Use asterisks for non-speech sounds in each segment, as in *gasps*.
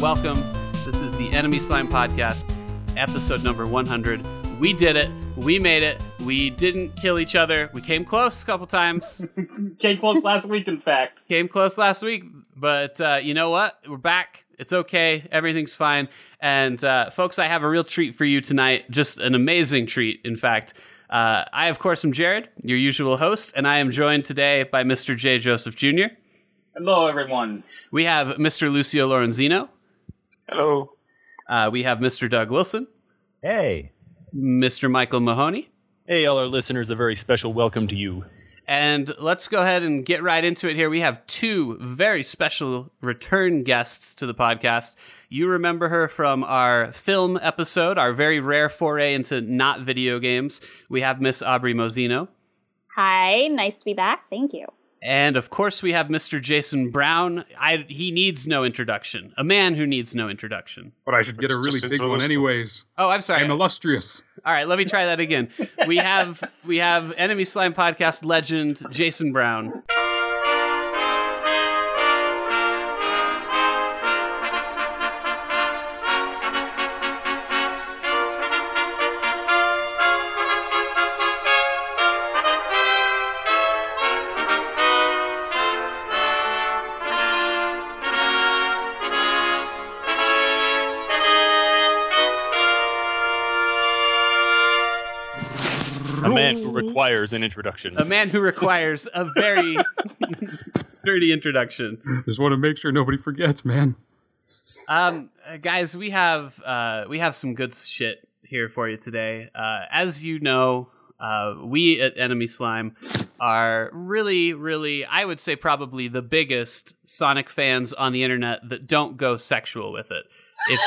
Welcome. This is the Enemy Slime Podcast, episode number 100. We did it. We made it. We didn't kill each other. We came close a couple times. *laughs* Came close last week, in fact. came close last week, but uh, you know what? We're back. It's okay. Everything's fine. And uh, folks, I have a real treat for you tonight. Just an amazing treat, in fact. Uh, I, of course, am Jared, your usual host, and I am joined today by Mr. J. Joseph Jr. Hello, everyone. We have Mr. Lucio Lorenzino. Hello. Uh, we have Mr. Doug Wilson. Hey. Mr. Michael Mahoney. Hey, all our listeners, a very special welcome to you. And let's go ahead and get right into it here. We have two very special return guests to the podcast. You remember her from our film episode, our very rare foray into not video games. We have Miss Aubrey Mozino. Hi, nice to be back. Thank you. And of course, we have Mr. Jason Brown. I, he needs no introduction. A man who needs no introduction. But I should get a really Just big into one the- anyways. Oh, I'm sorry. I'm illustrious. All right, let me try that again. We have we have enemy slime podcast legend Jason Brown. A man who requires an introduction. a man who requires a very *laughs* sturdy introduction. Just want to make sure nobody forgets, man. Um, uh, guys, we have uh, we have some good shit here for you today. Uh, as you know, uh, we at Enemy Slime are really, really, I would say probably the biggest Sonic fans on the internet that don't go sexual with it. *laughs* If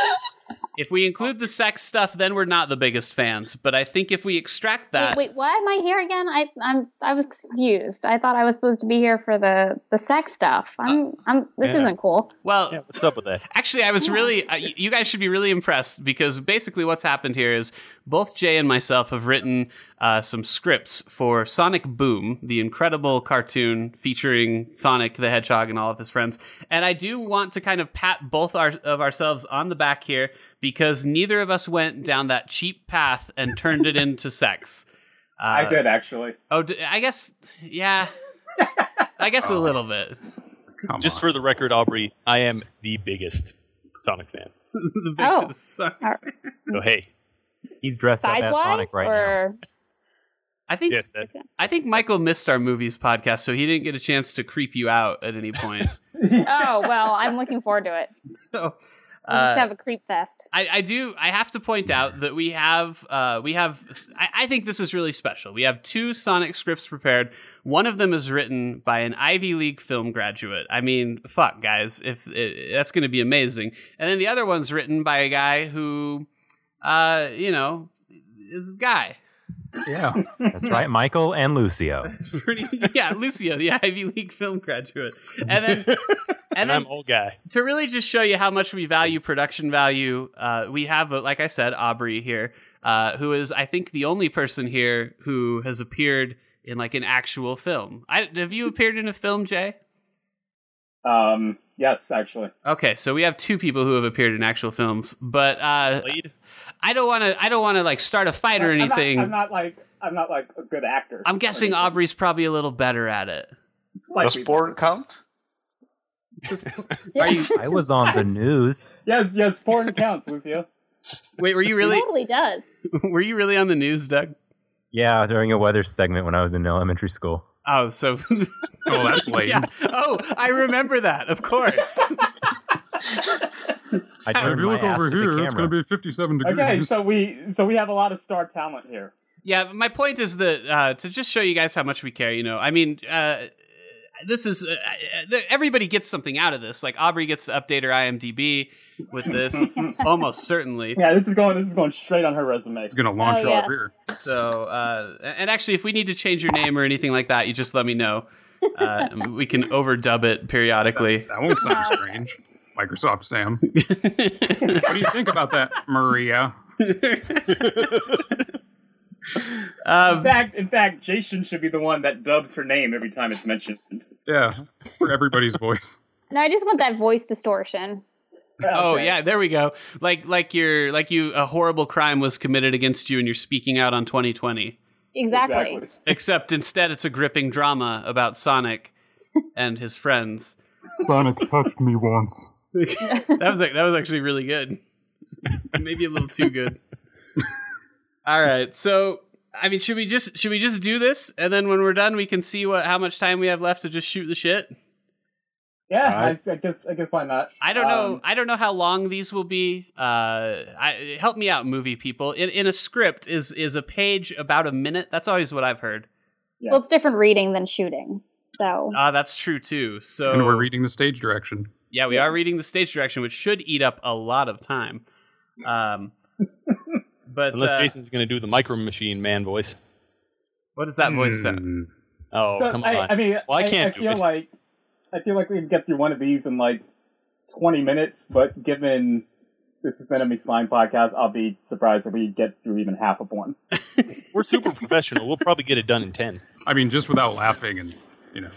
if we include the sex stuff, then we're not the biggest fans. But I think if we extract that, wait, wait, why am I here again? I I'm I was confused. I thought I was supposed to be here for the the sex stuff. I'm I'm this Yeah. isn't cool. Oh, well, Yeah, what's up with that? Actually, I was really, uh, y- you guys should be really impressed because basically what's happened here is both Jay and myself have written uh, some scripts for Sonic Boom, the incredible cartoon featuring Sonic the Hedgehog and all of his friends. And I do want to kind of pat both our, of ourselves on the back here because neither of us went down that cheap path and turned it into sex. Uh, I did, actually. Oh, d- I guess, yeah. I guess a little bit. Come Oh. Just on. for the record, Aubrey, I am the biggest Sonic fan. The Oh. *laughs* biggest Sonic- So hey, He's dressed up Size as wise Sonic right or I think yes, that, I think Michael missed our movies podcast, so he didn't get a chance to creep you out at any *laughs* point. Oh well, I'm looking forward to it. *laughs* so We'll just uh, have a creep fest. I, I do. I have to point out that we have uh, we have. I, I think this is really special. We have two Sonic scripts prepared. One of them is written by an Ivy League film graduate. I mean, fuck, guys, if it, that's going to be amazing. And then the other one's written by a guy who, uh, you know, is a guy. yeah. now. That's right, Michael and Lucio. *laughs* Pretty, yeah, Lucio, the Ivy League film graduate, and *laughs* then and, and then I'm old guy. to really just show you how much we value production value, uh, we have, uh, like I said, Aubrey here, uh, who is, I think, the only person here who has appeared in like an actual film. I, have you appeared in a film, Jay? Um, yes, actually. Okay, so we have two people who have appeared in actual films, but uh, Blade. I don't want to. I don't want to like start a fight or I'm not- anything. I'm not, like I'm not like a good actor. I'm guessing Aubrey's probably a little better at it. Slightly. Does porn count? *laughs* Are you? I was on the news. Yes, yes, porn *laughs* counts, Lucio. Wait, were you It *laughs* really? totally does. Were you really on the news, Doug? Yeah, during a weather segment when I was in elementary school. Oh, so Oh, that's lame. *laughs* yeah. Oh, I remember that. *laughs* Of course. I If turned you look my ass over to the here, it's going to be camera. 57 degrees. Okay, so we so we have a lot of star talent here. Yeah, but my point is that uh, to just show you guys how much we care. You know, I mean, uh, this is uh, uh, everybody gets something out of this. Like Aubrey gets to update her IMDb *laughs* with this, almost certainly. Yeah, this is going this is going straight on her resume. it's going to launch Oh, our yeah. career. So, uh, and actually, if we need to change your name or anything like that, you just let me know. Uh, we can overdub it periodically. That won't sound *laughs* strange. Microsoft *laughs* Sam. What do you think about that, Maria? In um, fact, in fact, Jason should be the one that dubs her name every time it's mentioned. Yeah, for everybody's voice. No, I just want that voice distortion. Oh okay. yeah, there we go. Like like you're like you a horrible crime was committed against you and you're speaking out on 2020. Exactly. Except instead it's a gripping drama about Sonic and his friends. Sonic touched me once. *laughs* That was like, that was actually really good. Maybe a little too good. All right. So I mean, should we just should we just do this and then when we're done we can see what how much time we have left to just shoot the shit? Yeah, Alright. I, I guess I guess why not? I don't know. Um, I don't know how long these will be. Uh, I, help me out, movie people. In, in a script, is is a page about a minute? That's always what I've heard. Well, it's different reading than shooting. So Ah, that's true too. So And we're reading the stage direction. Yeah, we are reading the stage direction, which should eat up a lot of time. Um, *laughs* but Unless uh, Jason's going to do the micro machine man voice. what does that voice sound? Mm. Oh, so come I, on. I mean, Well, I can't do feel it. *laughs* like I feel like we can get through one of these in like twenty minutes, but given this has been a Me Slime podcast, I'll be surprised if we get through even half of one. We're super professional. We'll probably get it done in 10. I mean, just without laughing and, you know.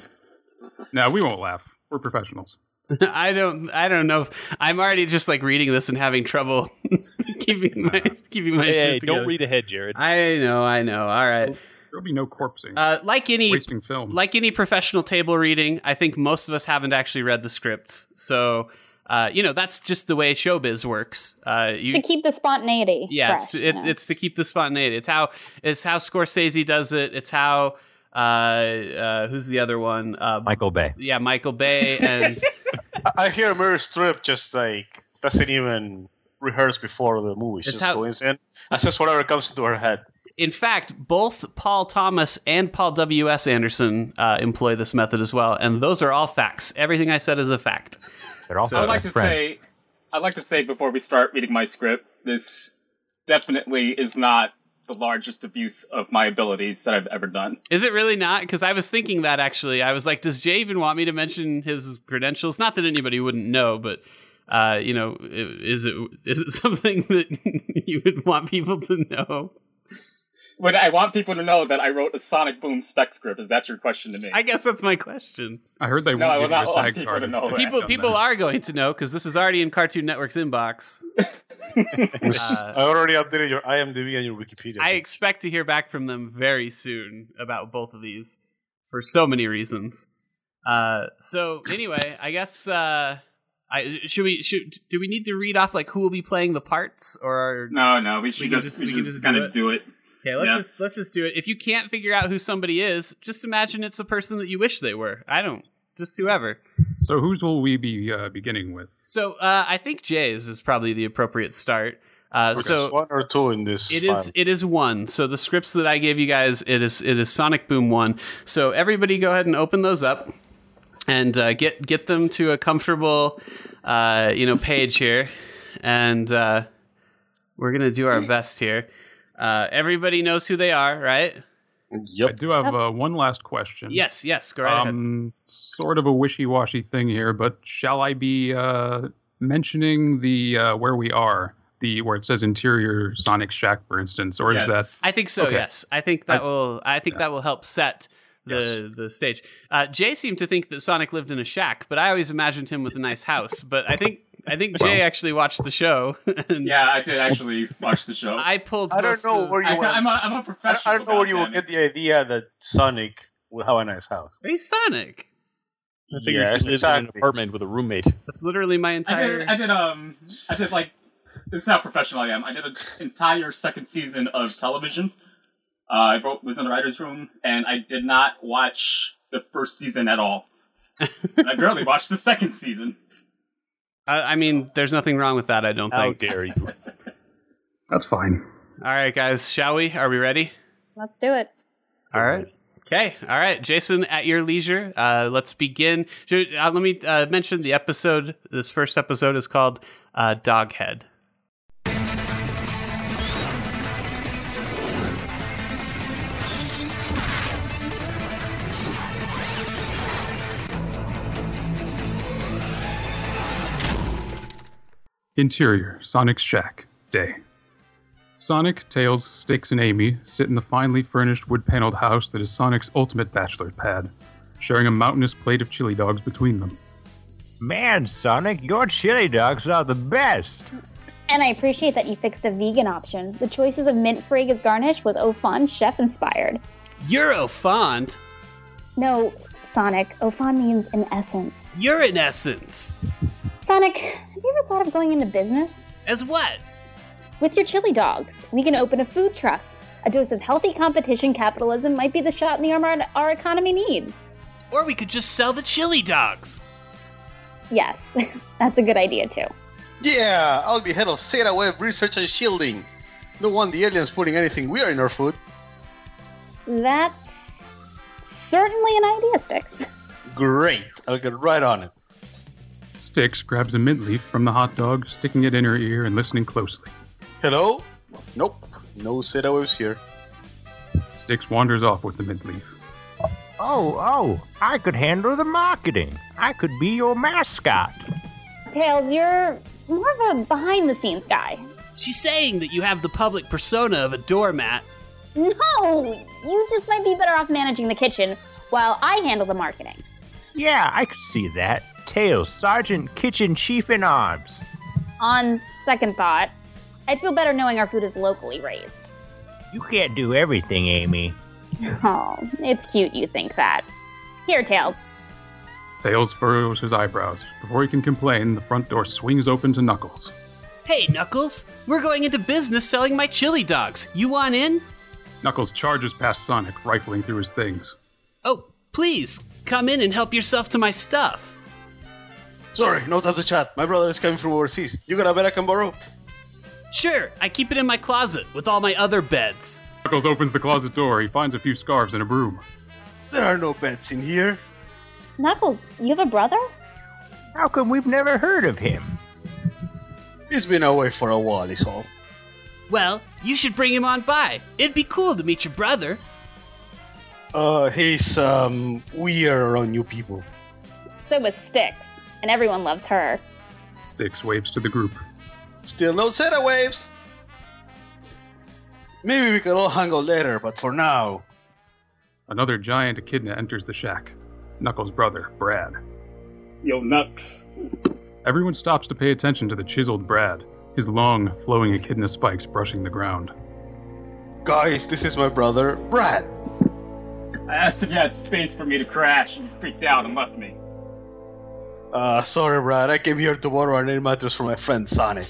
No, we won't laugh. We're professionals. *laughs* I don't. I don't know. If, I'm already just like reading this and having trouble *laughs* keeping my keeping my Hey, shit hey, together. don't read ahead, Jared. I know. I know. All right. There'll be no corpsing. Uh, like any wasting film. like any professional table reading, I think most of us haven't actually read the scripts. So, uh, you know, that's just the way showbiz works. Uh, you, to keep the spontaneity. yeah, fresh, it's, it, you know. it's to keep the spontaneity. It's how it's how Scorsese does it. It's how uh, uh, who's the other one? Uh, Michael Bay. yeah, Michael *laughs* Bay and I- I hear Meryl Streep just like doesn't even rehearse before the movie. She It's just how- goes in and says whatever comes into her head. In fact, both Paul Thomas and Paul W.S. Anderson uh, employ this method as well, and those are all facts. Everything I said is a fact. They're also So- I'd I'd like best to friends. say, I'd like to say before we start reading my script, this definitely is not the largest abuse of my abilities that I've ever done. Is it really not? Because I was thinking that actually. I was like, does Jay even want me to mention his credentials? Not that anybody wouldn't know, but uh, you know, i- is it is it *laughs* something that *laughs* you would want people to know? When I want people to know that I wrote a Sonic Boom spec script, is that your question to me? I guess that's my question. I heard they No, I won't give will not you a allow SAG people card. to know if that. you've People done people that. are going to know because this is already in Cartoon *laughs* Network's inbox. Uh, I already updated your IMDb and your Wikipedia. I expect to hear back from them very soon about both of these for so many reasons. Uh, so anyway, I guess uh, I should we should do we need to read off like who will be playing the parts or No, no, we We should can just, just- we we should can just just kind do it. of do it. okay? Let's Yeah. just let's just do it. If you can't figure out who somebody is, just imagine it's the person that you wish they were. I don't just whoever. So whose will we be uh, beginning with? So uh, I think Jay's is probably the appropriate start. Uh, There's so one or two in this. It is. file. It is one. So the scripts that I gave you guys, it is. It is Sonic Boom one. So everybody, go ahead and open those up, and uh, get get them to a comfortable, uh, you know, page here, and uh, we're gonna do our best here. Uh, everybody knows who they are, right? I Yep. do have uh, one last question. Yes. Yes. Go right ahead. Um, sort of a wishy-washy thing here, but shall I be uh, mentioning the uh, where we are, the where it says interior Sonic Shack, for instance, or Yes. is that I think so. okay. Yes. I think that I- will. I think yeah. that will help set. The, the stage. Uh, Jay seemed to think that Sonic lived in a shack, but I always imagined him with a nice house. But I think I think Jay Well. actually watched the show. *laughs* and- Yeah, I did actually watch the show. I, I pulled. I don't most know of- where you went. am a, I'm a I professional. don't- I don't know where you will goddamn it. get the idea that Sonic will have a nice house. He's Sonic. I figure Yes, she lives in an exactly. apartment with a roommate. That's literally my I did, entire. I did, um, I did like, this is how professional I am. I did an entire second season of television. Uh, I wrote, was in the writer's room, and I did not watch the first season at all. I barely watched the second season. I, I mean, there's nothing wrong with that. I don't How think. dare you? that's fine? All right, guys, shall we? Are we ready? Let's do it. All right. Okay. All right, Jason, at your leisure, uh, let's begin. Ju- Uh, let me uh, mention the episode. This first episode is called uh, Doghead. Interior Sonic's Shack, day. Sonic, Tails, Sticks, and Amy sit in the finely furnished wood paneled house that is Sonic's ultimate bachelor pad, sharing a mountainous plate of chili dogs between them. Man, Sonic, your chili dogs are Ah, the best. And I appreciate that you fixed a vegan option. The choices of mint frig as garnish was oh, au fond chef inspired. Euro fond. No, Sonic, au fond means in essence. You're in essence. Sonic, have you ever thought of going into business? As what? With your chili dogs, we can open a food truck. A dose of healthy competition capitalism might be the shot in the arm our, our economy needs. Or we could just sell the chili dogs. Yes, *laughs* that's a good idea too. Yeah, I'll be head of SATA Web Research and Shielding. Don't want the aliens putting anything weird in our food. That's certainly an idea, Sticks. Great, I'll get right on it. Sticks grabs a mint leaf from the hot dog, sticking it in her ear and listening closely. Hello? Nope, no SATA Webs here. Sticks wanders off with the mint leaf. Oh, oh, I could handle the marketing. I could be your mascot. Tails, you're more of a behind the scenes guy. She's saying that you have the public persona of a doormat. No, you just might be better off managing the kitchen while I handle the marketing. Yeah, I could see that. Tails, Sergeant, Kitchen Chief in Arms. On second thought, I'd feel better knowing our food is locally raised. You can't do everything, Amy. Oh, it's cute you think that. Here, Tails. Tails furrows his eyebrows. Before he can complain, the front door swings open to Knuckles. Hey, Knuckles, we're going into business selling my chili dogs. You want in? Knuckles charges past Sonic, rifling through his things. Oh, please, come in and help yourself to my stuff. Sorry, no time to chat. My brother is coming from overseas. You got a bed I can borrow? Sure, I keep it in my closet with all my other beds. Knuckles opens the closet door. He finds a few scarves and a broom. There are no beds in here. Knuckles, you have a brother? How come we've never heard of him? He's been away for a while, is all. Well, you should bring him on by. It'd be cool to meet your brother. Uh, he's, um, weird around you people. So was Sticks, and everyone loves her. Sticks waves to the group. Still no SATA waves! Maybe we can all hang out later, but for now. Another giant echidna enters the shack. Knuckles' brother, Brad. Yo, Nux. Everyone stops to pay attention to the chiseled Brad, his long, flowing echidna spikes brushing the ground. Guys, this is my brother, Brad. I asked if you had space for me to crash, and you freaked out and left me. Uh, sorry, Brad. I came here to borrow an air mattress from my friend Sonic.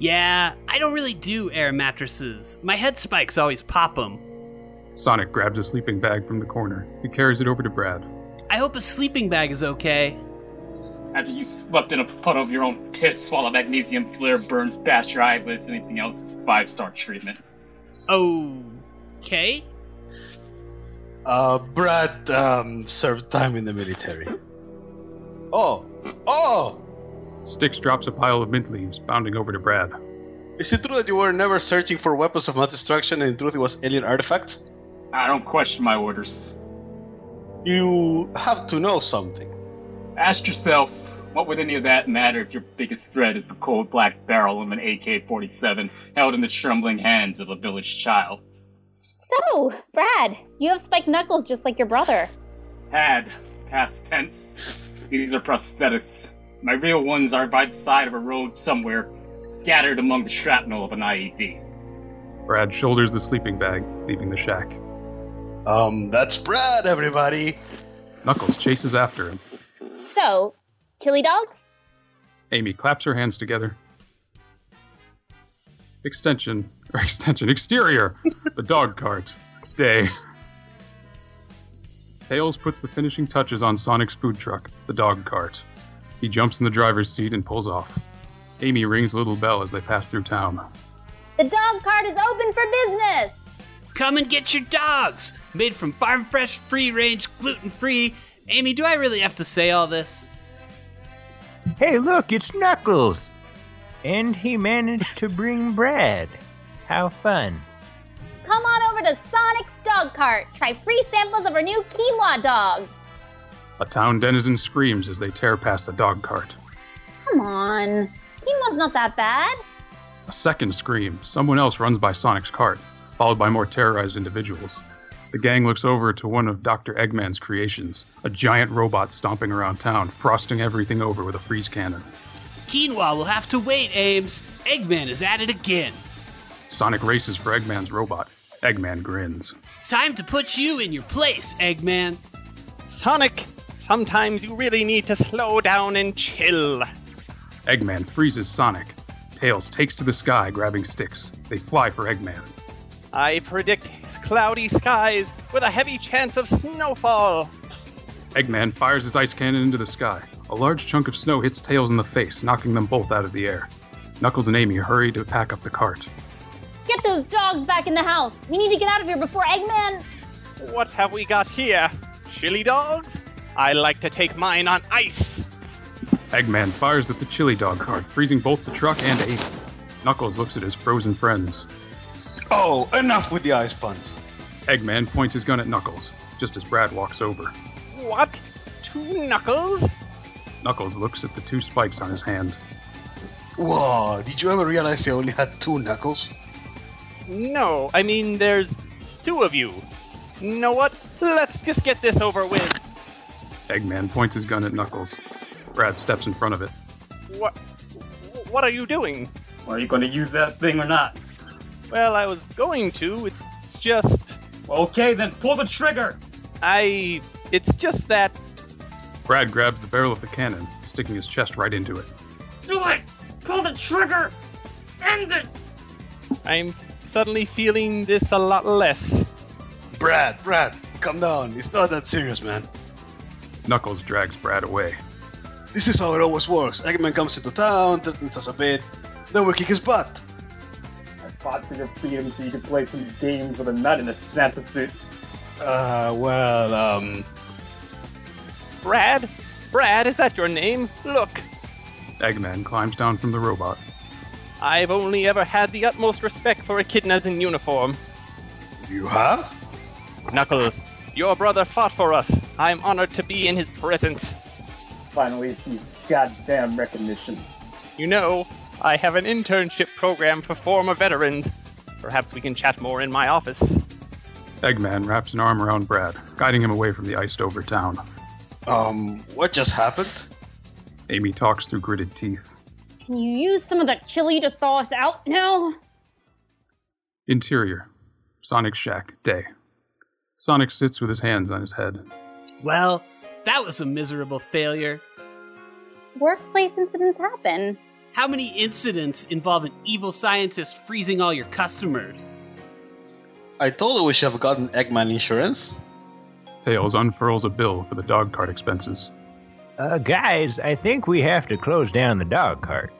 Yeah, I don't really do air mattresses. My head spikes always pop 'em. Sonic grabs a sleeping bag from the corner. He carries it over to Brad. I hope a sleeping bag is okay. After you slept in a puddle of your own piss while a magnesium flare burns past your eyelids, anything else is five star treatment. Okay? Uh, Brad um, served time in the military. Oh, oh! Sticks drops a pile of mint leaves, bounding over to Brad. Is it true that you were never searching for weapons of mass destruction and in truth it was alien artifacts? I don't question my orders. You have to know something. Ask yourself, what would any of that matter if your biggest threat is the cold black barrel of an AK 47 held in the trembling hands of a village child? So, Brad, you have spiked knuckles just like your brother. Had, past tense. These are prosthetics. My real ones are by the side of a road somewhere, scattered among the shrapnel of an E IED. Brad shoulders the sleeping bag, leaving the shack. Um, that's Brad, everybody! Knuckles chases after him. So, chili dogs? Amy claps her hands together. Extension, or extension, exterior, the dog cart. Day. Tails puts the finishing touches on Sonic's food truck, the dog cart. He jumps in the driver's seat and pulls off. Amy rings a little bell as they pass through town. The dog cart is open for business! Come and get your dogs! Made from farm fresh, free range, gluten free. Amy, do I really have to say all this? Hey, look, it's Knuckles! And he managed to bring Brad. How fun. Come on over to Sonic's Dog Cart. Try free samples of our new quinoa dogs. A town denizen screams as they tear past the dog cart. Come on. Quinoa's not that bad. A second scream. Someone else runs by Sonic's cart, followed by more terrorized individuals. The gang looks over to one of Dr. Eggman's creations, a giant robot stomping around town, frosting everything over with a freeze cannon. Quinoa will have to wait, Ames. Eggman is at it again. Sonic races for Eggman's robot. Eggman grins. Time to put you in your place, Eggman. Sonic, sometimes you really need to slow down and chill. Eggman freezes Sonic. Tails takes to the sky, grabbing sticks. They fly for Eggman. I predict cloudy skies with a heavy chance of snowfall. Eggman fires his ice cannon into the sky. A large chunk of snow hits Tails in the face, knocking them both out of the air. Knuckles and Amy hurry to pack up the cart. Get those dogs back in the house. We need to get out of here before Eggman. What have we got here? Chili dogs? I like to take mine on ice. Eggman fires at the chili dog cart, freezing both the truck and Amy. Knuckles looks at his frozen friends. Oh, enough with the ice puns. Eggman points his gun at Knuckles, just as Brad walks over. What? Two knuckles? Knuckles looks at the two spikes on his hand. Whoa, did you ever realize they only had two knuckles? No, I mean, there's two of you. Know what? Let's just get this over with. Eggman points his gun at Knuckles. Brad steps in front of it. What? What are you doing? Are you going to use that thing or not? Well, I was going to. It's just. Okay, then pull the trigger. I. It's just that. Brad grabs the barrel of the cannon, sticking his chest right into it. Do it. Pull the trigger. End it. I'm suddenly feeling this a lot less. Brad, Brad, come down. It's not that serious, man. Knuckles drags Brad away. This is how it always works. Eggman comes into town, threatens us a bit, then we kick his butt. I fought for your freedom so you could play some games with a nut in a Santa suit. Uh, well, um, Brad? Brad, is that your name? Look, Eggman climbs down from the robot. I've only ever had the utmost respect for echidnas in uniform. you have? Knuckles, your brother fought for us. I'm honored to be in his presence. Finally, some goddamn recognition. You know, I have an internship program for former veterans. Perhaps we can chat more in my office. Eggman wraps an arm around Brad, guiding him away from the iced over town. Um, what just happened? Amy talks through gritted teeth. Can you use some of that chili to thaw us out now? Interior Sonic Shack, day. Sonic sits with his hands on his head. Well, that was a miserable failure. Workplace incidents happen. How many incidents involve an evil scientist freezing all your customers? I told her we should have gotten Eggman insurance. Tails unfurls a bill for the dog cart expenses. Uh, guys, I think we have to close down the dog cart.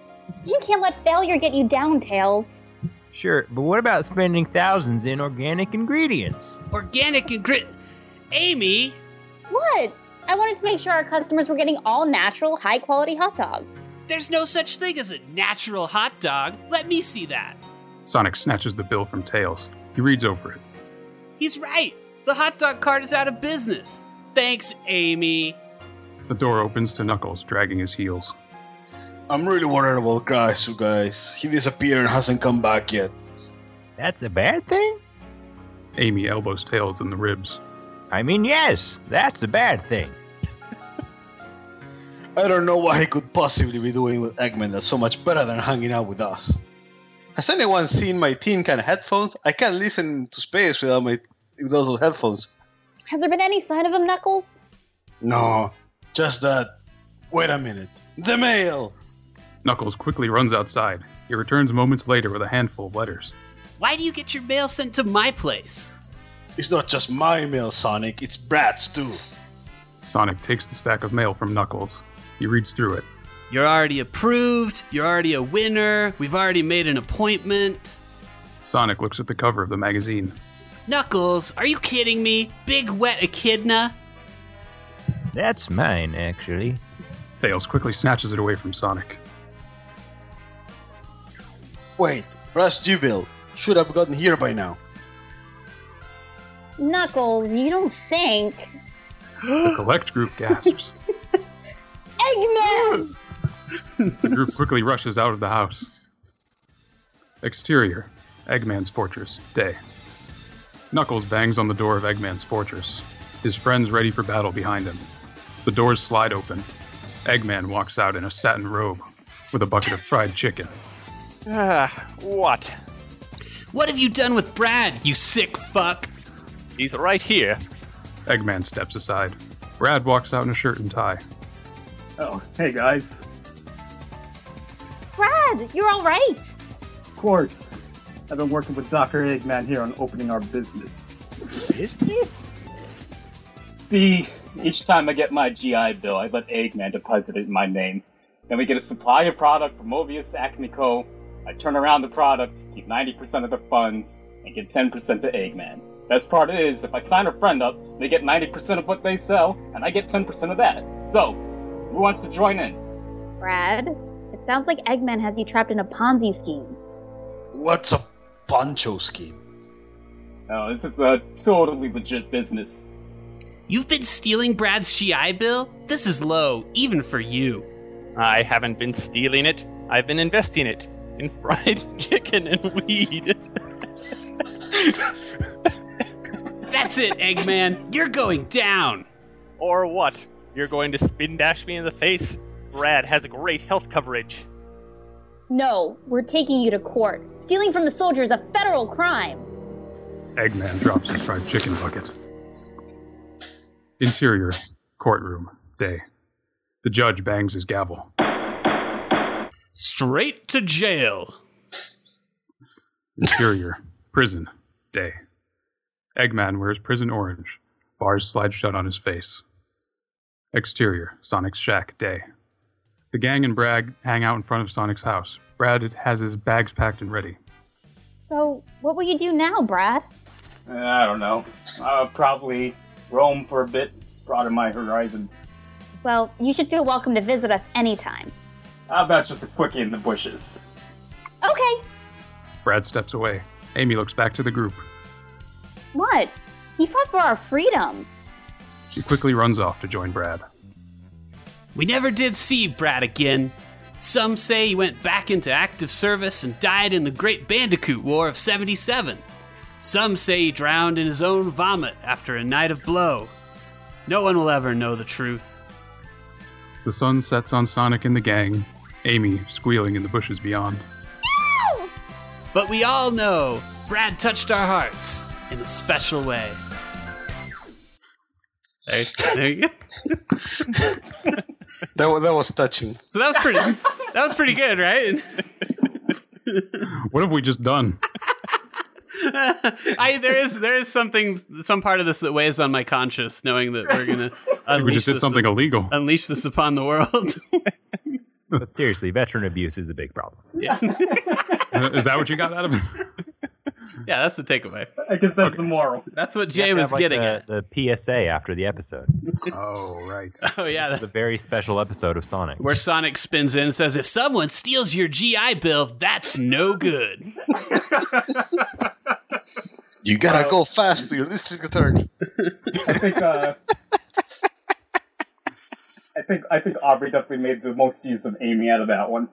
You can't let failure get you down, Tails. Sure, but what about spending thousands in organic ingredients? Organic and grit. Amy, What? I wanted to make sure our customers were getting all natural, high quality hot dogs. there's no such thing as a natural hot dog. Let me see that. Sonic snatches the bill from Tails. He reads over it. He's right. The hot dog cart is out of business. Thanks, Amy. The door opens to Knuckles, dragging his heels. I'm really worried about guys, you guys. He disappeared and hasn't come back yet. That's a bad thing? Amy elbows Tails in the ribs. I mean, yes, that's a bad thing. I don't know what he could possibly be doing with Eggman that's so much better than hanging out with us. Has anyone seen my tin can headphones? I can't listen to space without my with those headphones. Has there been any sign of him, Knuckles? No, just that. Wait a minute. The mail. Knuckles quickly runs outside. He returns moments later with a handful of letters. Why do you get your mail sent to my place? It's not just my mail, Sonic. It's Brad's too. Sonic takes the stack of mail from Knuckles. He reads through it. You're already approved. You're already a winner. We've already made an appointment. Sonic looks at the cover of the magazine. Knuckles, are you kidding me? Big wet echidna? That's mine, actually. Tails quickly snatches it away from Sonic. Wait, Brad's due bill. Should have gotten here by now. Knuckles, you don't think. The collect group gasps. *laughs* *laughs* Eggman! *laughs* The *laughs* group quickly rushes out of the house. Exterior Eggman's Fortress, day. Knuckles bangs on the door of Eggman's fortress, his friends ready for battle behind him. The doors slide open. Eggman walks out in a satin robe with a bucket of fried chicken. Ah, what? What have you done with Brad, you sick fuck? He's right here. Eggman steps aside. Brad walks out in a shirt and tie. Oh, hey guys. Brad, you're all right. Of course. I've been working with Dr. Eggman here on opening our business. Business? See, each time I get my GI Bill, I let Eggman deposit it in my name. Then we get a supply of product from Mobius to Acme Co. I turn around the product, keep 90% of the funds, and give 10% to Eggman. Best part is, if I sign a friend up, they get 90% of what they sell, and I get 10% of that. So, who wants to join in? Brad, it sounds like Eggman has you trapped in a Ponzi scheme. What's a poncho scheme? Oh, this is a totally legit business. You've been stealing Brad's GI Bill? This is low, even for you. I haven't been stealing it. I've been investing it in fried *laughs* chicken and weed. That's it, Eggman. You're going down. or what? You're going to spin dash me in the face? Brad has great health coverage. No, we're taking you to court. Stealing from a soldier is a federal crime. Eggman drops his fried chicken bucket. Interior, courtroom, day. The judge bangs his gavel. Straight to jail. Interior, prison, day. Eggman wears prison orange. Bars slide shut on his face. Exterior, Sonic's shack, day. The gang and Brad hang out in front of Sonic's house. Brad has his bags packed and ready. So, what will you do now, Brad? Uh, I don't know. I'll probably roam for a bit, broaden my horizon. Well, you should feel welcome to visit us anytime. How about just a quickie in the bushes? Okay, Brad steps away. Amy looks back to the group. what? He fought for our freedom. She quickly runs off to join Brad. We never did see Brad again. Some say he went back into active service and died in the Great Bandicoot War of 77. Some say he drowned in his own vomit after a night of blow. No one will ever know the truth. The sun sets on Sonic and the gang, Amy squealing in the bushes beyond. But we all know Brad touched our hearts in a special way. There, there you go. That, wa- that was touching. So that was *laughs* pretty. That was pretty good, right? *laughs* What have we just done? I there is there is something some part of this that weighs on my conscience, knowing that we're gonna unleash *laughs* We just did this- something *laughs* illegal. unleash this upon the world. *laughs* But seriously, veteran abuse is a *laughs* big problem. yeah. *laughs* Uh, Is that what you got out of it? yeah, that's the takeaway. I guess that's the moral. That's what Jay You have was to have, like, getting at. *laughs* the, the PSA after the episode. Oh, right. *laughs* Oh yeah, It's a that- very special episode of Sonic. where Sonic spins in and says, "If someone steals your GI Bill, that's no *laughs* good." You gotta go fast to your district attorney. I think, uh. I think, I think Aubrey definitely made the most use of Amy out of that *laughs* one.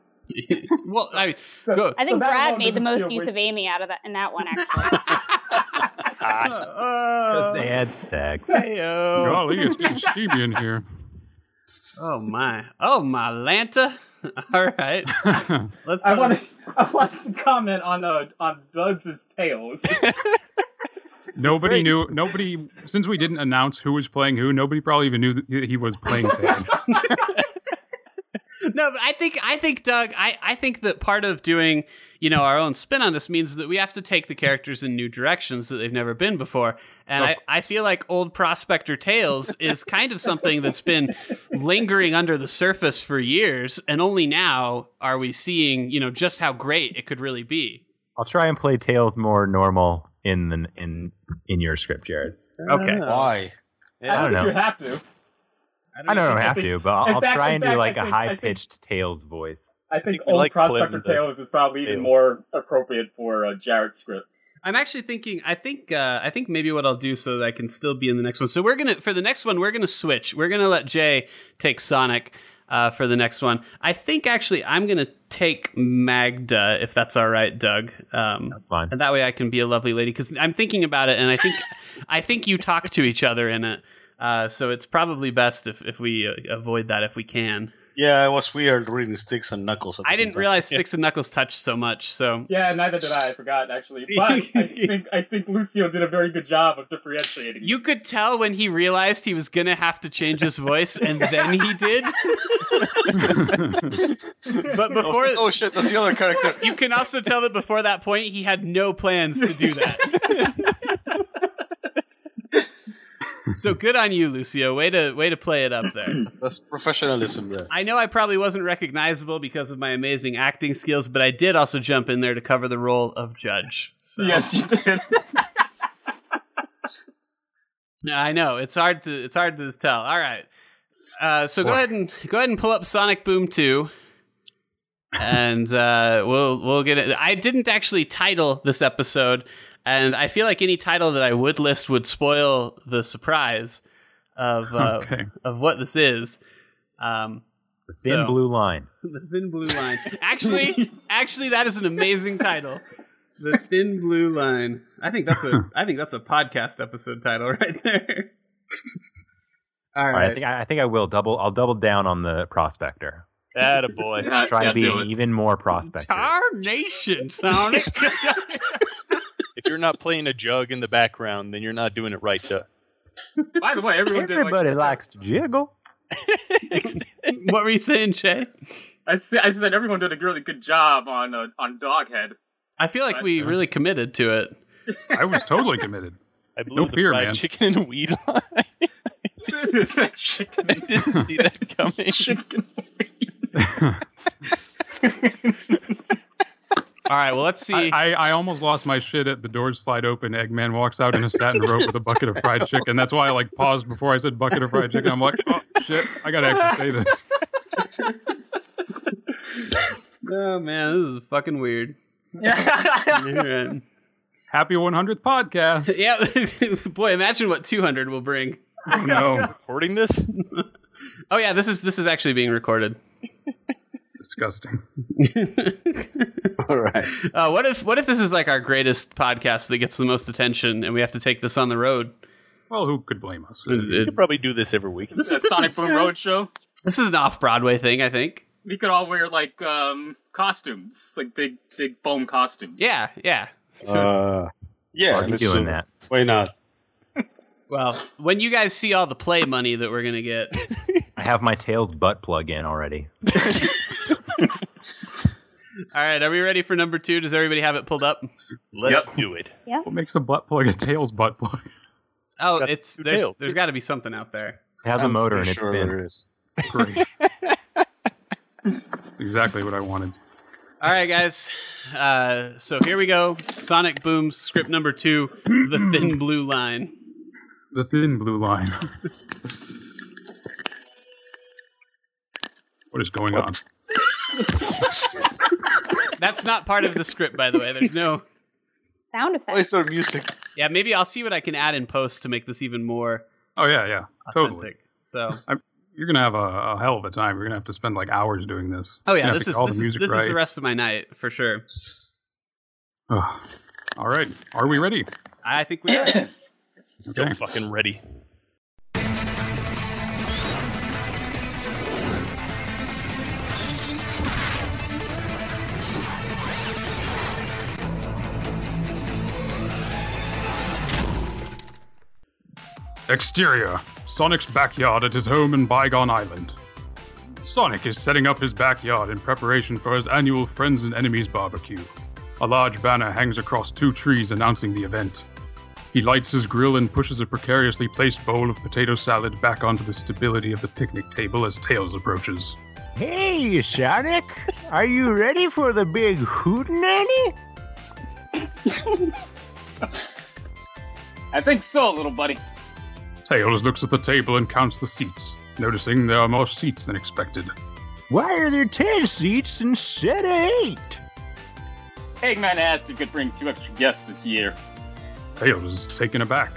well, I mean, go. I think that Brad one made the didn't most feel use weird. of Amy out of that in that one, actually. *laughs* Because they had *laughs* sex. Golly, it's getting steamy in here. Oh my! Oh my Lanta! *laughs* All right, *laughs* let's. I want to, *laughs* I want to comment on, uh, on Doug's *laughs* tails. nobody knew. Nobody, since we didn't announce who was playing who, nobody probably even knew that he was playing Tails. no, but I think I think Doug, I, I think that part of doing you know our own spin on this means that we have to take the characters in new directions that they've never been before, and I, I feel like old prospector tales is kind of something that's been lingering under the surface for years, and only now are we seeing you know just how great it could really be. I'll try and play Tails more normal in the in in your script, Jared. Uh, Okay, Why? I don't think know. You have to. I don't, know, I have think- to, but I'll, in I'll fact- try in and fact, do like I a think- I high pitched Tails voice. I think we old like Prospector Clinton, Tales is probably even Tails. more appropriate for uh, Jarrett's script. I'm actually thinking. I think. Uh, I think maybe what I'll do so that I can still be in the next one. So we're gonna for the next one. We're gonna switch. We're gonna let Jay take Sonic. uh, for the next one. I think actually I'm going to take Magda, if that's all right, Doug. Um, That's fine. and that way I can be a lovely lady because I'm thinking about it, and *laughs* I think I think you talk to each other in it. Uh, so it's probably best if, if we uh, avoid that if we can. Yeah, it was weird reading sticks and knuckles. At the I same didn't time. realize sticks and knuckles touched so much. So Yeah, neither did I. I forgot *laughs* actually. But I think I think Lucio did a very good job of differentiating. you could tell when he realized he was gonna have to change his voice, and then he did. *laughs* But I was before, like, *laughs* oh shit, that's the other character. *laughs* you can also tell that before that point, he had no plans to do that. so good on you, Lucio. Way to way to play it up there. That's professionalism there. I know I probably wasn't recognizable because of my amazing acting skills, but I did also jump in there to cover the role of judge. *laughs* So, Yes, you did. I know it's hard to it's hard to tell. All right, uh, so go ahead and go ahead and pull up Sonic Boom Two, and uh, we'll we'll get it. I didn't actually title this episode, and I feel like any title that I would list would spoil the surprise of uh, okay. of what this is. Um, The thin So- blue line. The Thin Blue *laughs* Line. *laughs* Actually, actually, that is an amazing title. The Thin Blue Line. I think that's a I think that's a podcast episode title right there. All All right, right. I think I, I think I will double. I'll double down on the prospector. That a boy. Yeah, Try yeah, do being it. even more prospector. *laughs* Tarnation, Sonic. If you're not playing a jug in the background, then you're not doing it right. Doug. *laughs* By the way, everyone did like. Everybody likes to jiggle. *laughs* what were you saying, Jay? I said, I said everyone did a really good job on uh, on Doghead. I feel like we really committed to it. I was totally committed. I blew No the fear, fried man. chicken and weed line. Chicken- I didn't see that coming. *laughs* chicken. *laughs* *laughs* *laughs* All right. Well, let's see. I, I, I almost lost my shit at the doors slide open. Eggman walks out in a satin robe with a bucket of fried chicken. That's why I like paused before I said bucket of fried chicken. I'm like, oh shit, I gotta actually say this. oh man, this is fucking weird. All right. Happy 100th podcast. *laughs* Yeah, boy, imagine what 200 will bring. Oh, no, *laughs* Recording this? *laughs* Oh yeah, this is this is actually being recorded. *laughs* disgusting. All right. Uh, what if what if this is like our greatest podcast that gets the most attention, and we have to take this on the road? Well, who could blame us? You could probably do this every week. this, That this Sonic is, Boom Road show. this is an off Broadway thing, I think. We could all wear like um costumes, like big big foam costumes. Yeah, yeah. Uh, yeah, Already let's doing do it. that. Why not? Well, when you guys see all the play money that we're *laughs* gonna get, I have my tail's butt plug in already. all right. Are we ready for number two? Does everybody have it pulled up? Let's do it. What makes a butt plug a tail's butt plug? Oh, Got it's two there's tails. there's got to be something out there. It has a motor and Pretty it sure spins. there is. *laughs* Great. *laughs* exactly what I wanted. All right, guys. Uh, so here we go. Sonic Boom script number two, the thin blue line. The thin blue line. *laughs* what is going on? That's not part of the script, by the way. There's no. Sound effect. Why is there music? Yeah, maybe I'll see what I can add in post to make this even more Oh yeah, yeah, authentic. totally. So, You're gonna have a, a hell of a time. You're gonna have to spend like hours doing this. oh You're gonna yeah, have this to is get all this, the is, music this is right. the rest of my night for sure. Ugh. All right, are we ready? I think we are. I'm so Okay. fucking ready. Exterior Sonic's backyard at his home in Bygone Island. Sonic is setting up his backyard in preparation for his annual Friends and Enemies barbecue. A large banner hangs across two trees announcing the event. He lights his grill and pushes a precariously placed bowl of potato salad back onto the stability of the picnic table as Tails approaches. Hey, Sonic, are you ready for the big hootenanny? I think so, little buddy. Tails looks at the table and counts the seats, noticing there are more seats than expected. Why are there ten seats instead of eight? Eggman asked if he could bring two extra guests this year. Tails is taken aback.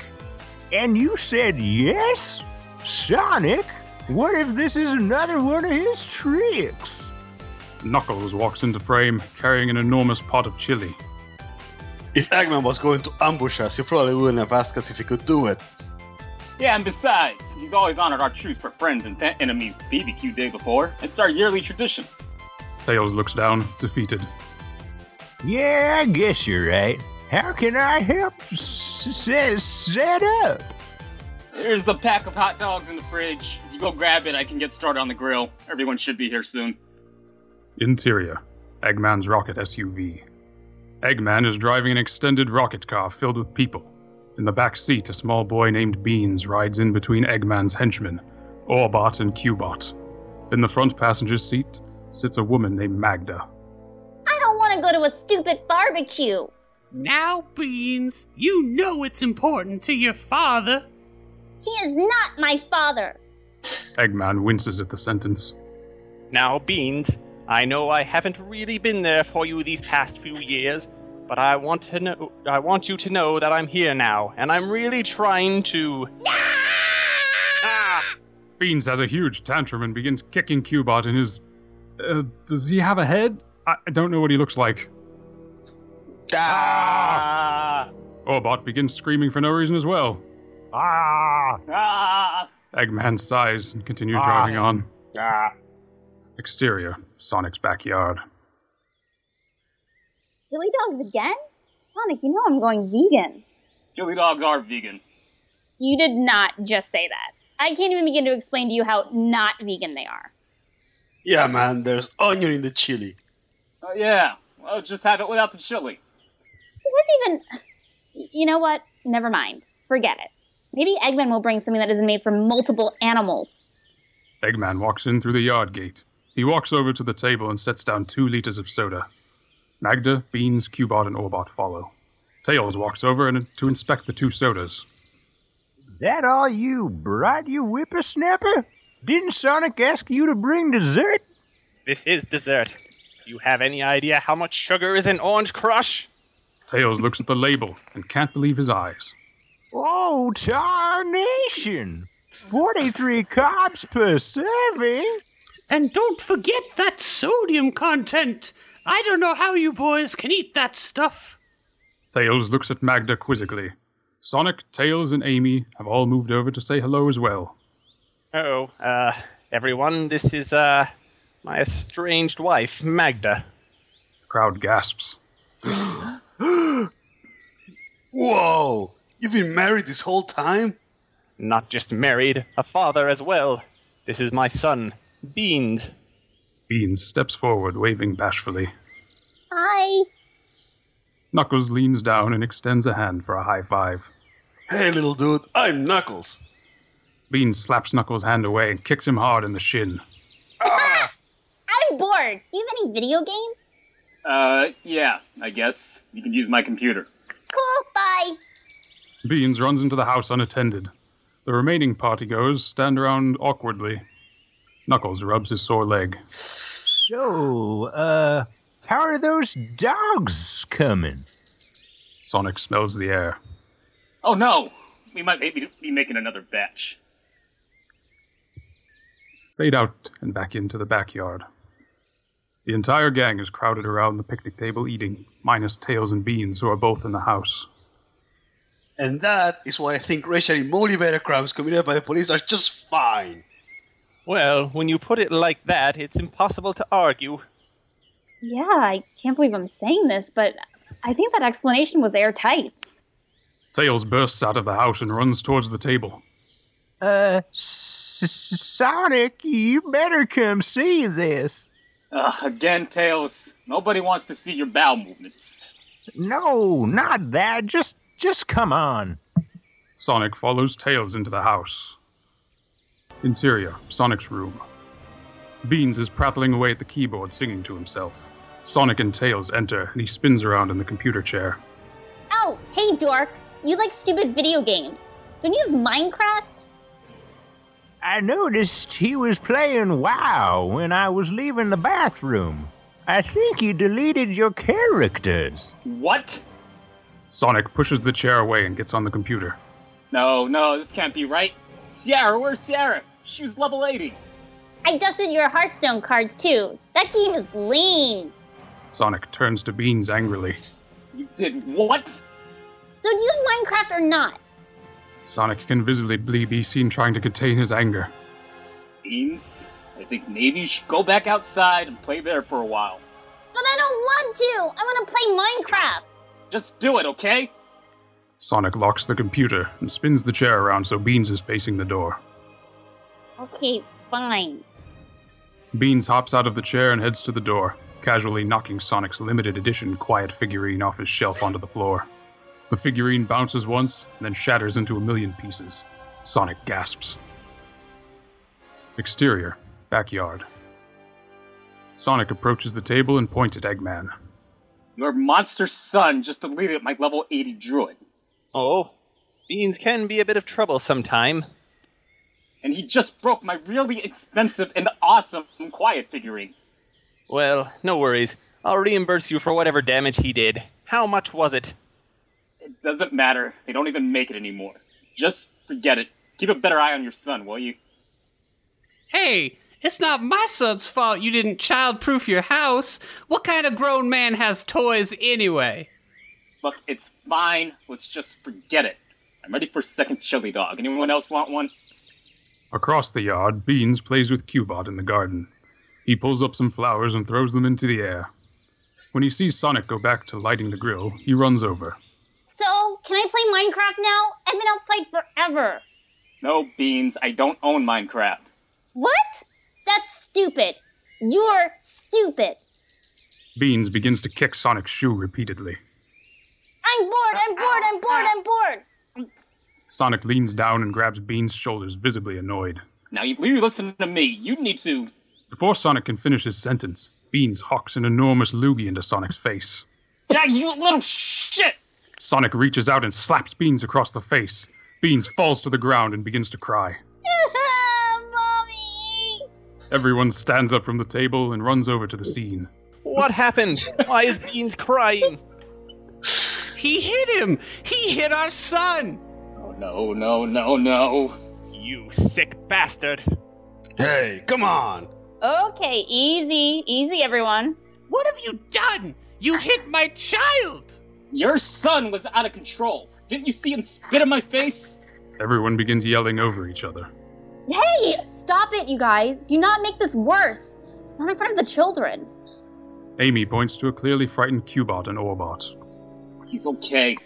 And you said yes? Sonic, What if this is another one of his tricks? Knuckles walks into frame carrying an enormous pot of chili. If Eggman was going to ambush us, he probably wouldn't have asked us if he could do it. Yeah, and besides, he's always honored our truce for friends and fa- enemies BBQ day before. It's our yearly tradition. Tails looks down, defeated. Yeah, I guess you're right. How can I help s- s- set up? There's a pack of hot dogs in the fridge. You go grab it, I can get started on the grill. Everyone should be here soon. Interior Eggman's rocket SUV. Eggman is driving an extended rocket car filled with people. In the back seat, a small boy named Beans rides in between Eggman's henchmen, Orbot and Cubot. In the front passenger seat sits a woman named Magda. I don't want to go to a stupid barbecue. Now, Beans, you know it's important to your father. He is not my father. Eggman winces at the sentence. Now, Beans, I know I haven't really been there for you these past few years, but I want to know I want you to know that I'm here now, and I'm really trying to Beans has a huge tantrum and begins kicking Cubot in his. Uh, does he have a head? I I don't know what he looks like. Ah! Orbot begins screaming for no reason as well. Ah! Ah! Eggman sighs and continues Ah. driving on. Ah! Exterior, Sonic's backyard. Chili dogs again? Sonic, you know I'm going vegan. Chili dogs are vegan. You did not just say that. I can't even begin to explain to you how not vegan they are. Yeah, man, there's onion in the chili. Oh, yeah. Well, just have it without the chili. It was even. You know what? Never mind. Forget it. Maybe Eggman will bring something that isn't made from multiple animals. Eggman walks in through the yard gate. He walks over to the table and sets down two liters of soda. Magda, Beans, Cubot, and Orbot follow. Tails walks over and to inspect the two sodas. That all you brought, you whippersnapper? Didn't Sonic ask you to bring dessert? This is dessert. You have any idea how much sugar is in orange crush? Tails looks at the label and can't believe his eyes. Oh, tarnation! 43 carbs per serving? And don't forget that sodium content. I don't know how you boys can eat that stuff. Tails looks at Magda quizzically. Sonic, Tails, and Amy have all moved over to say hello as well. Oh, uh, everyone, this is uh my estranged wife, Magda. The crowd gasps. *gasps* Whoa! You've been married this whole time? Not just married, a father as well. This is my son, Beans. Beans steps forward, waving bashfully. Hi. Knuckles leans down and extends a hand for a high five. Hey, little dude, I'm Knuckles. Beans slaps Knuckles' hand away and kicks him hard in the shin. I'm bored. Do you have any video games? Uh, yeah, I guess. You can use my computer. Cool. Bye. Beans runs into the house unattended. The remaining party goes stand around awkwardly. Knuckles rubs his sore leg. So, uh, how are those dogs coming? Sonic smells the air. Oh no! We might maybe be making another batch. Fade out and back into the backyard. The entire gang is crowded around the picnic table eating, minus Tails and Beans, who are both in the house. And that is why I think racially motivated crimes committed by the police are just fine. Well, when you put it like that, it's impossible to argue. Yeah, I can't believe I'm saying this, but I think that explanation was airtight. Tails bursts out of the house and runs towards the table. Uh, S- S- Sonic, you better come see this. Ugh, again, Tails. Nobody wants to see your bowel movements. No, not that. Just, just come on. Sonic follows Tails into the house. Interior Sonic's room. Beans is prattling away at the keyboard, singing to himself. Sonic and Tails enter, and he spins around in the computer chair. Oh, hey, dork. You like stupid video games. Don't you have Minecraft? I noticed he was playing WoW when I was leaving the bathroom. I think you deleted your characters. What? Sonic pushes the chair away and gets on the computer. No, no, this can't be right. Sierra, where's Sierra? She was level 80. I dusted your Hearthstone cards too. That game is lame. Sonic turns to Beans angrily. You did what? So do you have Minecraft or not? Sonic can visibly be seen trying to contain his anger. Beans, I think maybe you should go back outside and play there for a while. But I don't want to. I want to play Minecraft. Just do it, okay? Sonic locks the computer and spins the chair around so Beans is facing the door. Okay, fine. Beans hops out of the chair and heads to the door, casually knocking Sonic's limited edition quiet figurine off his shelf onto the floor. The figurine bounces once, then shatters into a million pieces. Sonic gasps. Exterior, backyard. Sonic approaches the table and points at Eggman. Your monster son just deleted my level 80 druid, Oh, beans can be a bit of trouble sometime. and he just broke my really expensive and awesome quiet figurine. Well, no worries. I'll reimburse you for whatever damage he did. How much was it? It doesn't matter. They don't even make it anymore. Just forget it. Keep a better eye on your son, will you? Hey, it's not my son's fault you didn't childproof your house. What kind of grown man has toys anyway? Look, it's fine. Let's just forget it. I'm ready for a second chili dog. Anyone else want one? Across the yard, Beans plays with Cubot in the garden. He pulls up some flowers and throws them into the air. When he sees Sonic go back to lighting the grill, he runs over. So can I play Minecraft now? I've been outside forever. No, Beans, I don't own Minecraft. What? That's stupid. You're stupid. Beans begins to kick Sonic's shoe repeatedly. I'm bored. I'm bored. I'm bored. I'm bored. Sonic leans down and grabs Beans' shoulders, visibly annoyed. Now, you, you listen to me. You need to. Before Sonic can finish his sentence, Beans hawks an enormous loogie into Sonic's face. Yeah, you *laughs* little shit! Sonic reaches out and slaps Beans across the face. Beans falls to the ground and begins to cry. Mommy. Everyone stands up from the table and runs over to the scene. What happened? Why is Beans crying? He hit him! He hit our son! Oh, no, no, no, no. You sick bastard. Hey, come on! Okay, easy, easy, everyone. What have you done? You hit my child! Your son was out of control. Didn't you see him spit in my face? Everyone begins yelling over each other. Hey, stop it, you guys. Do not make this worse. Not in front of the children. Amy points to a clearly frightened Cubot and Orbot. He's okay.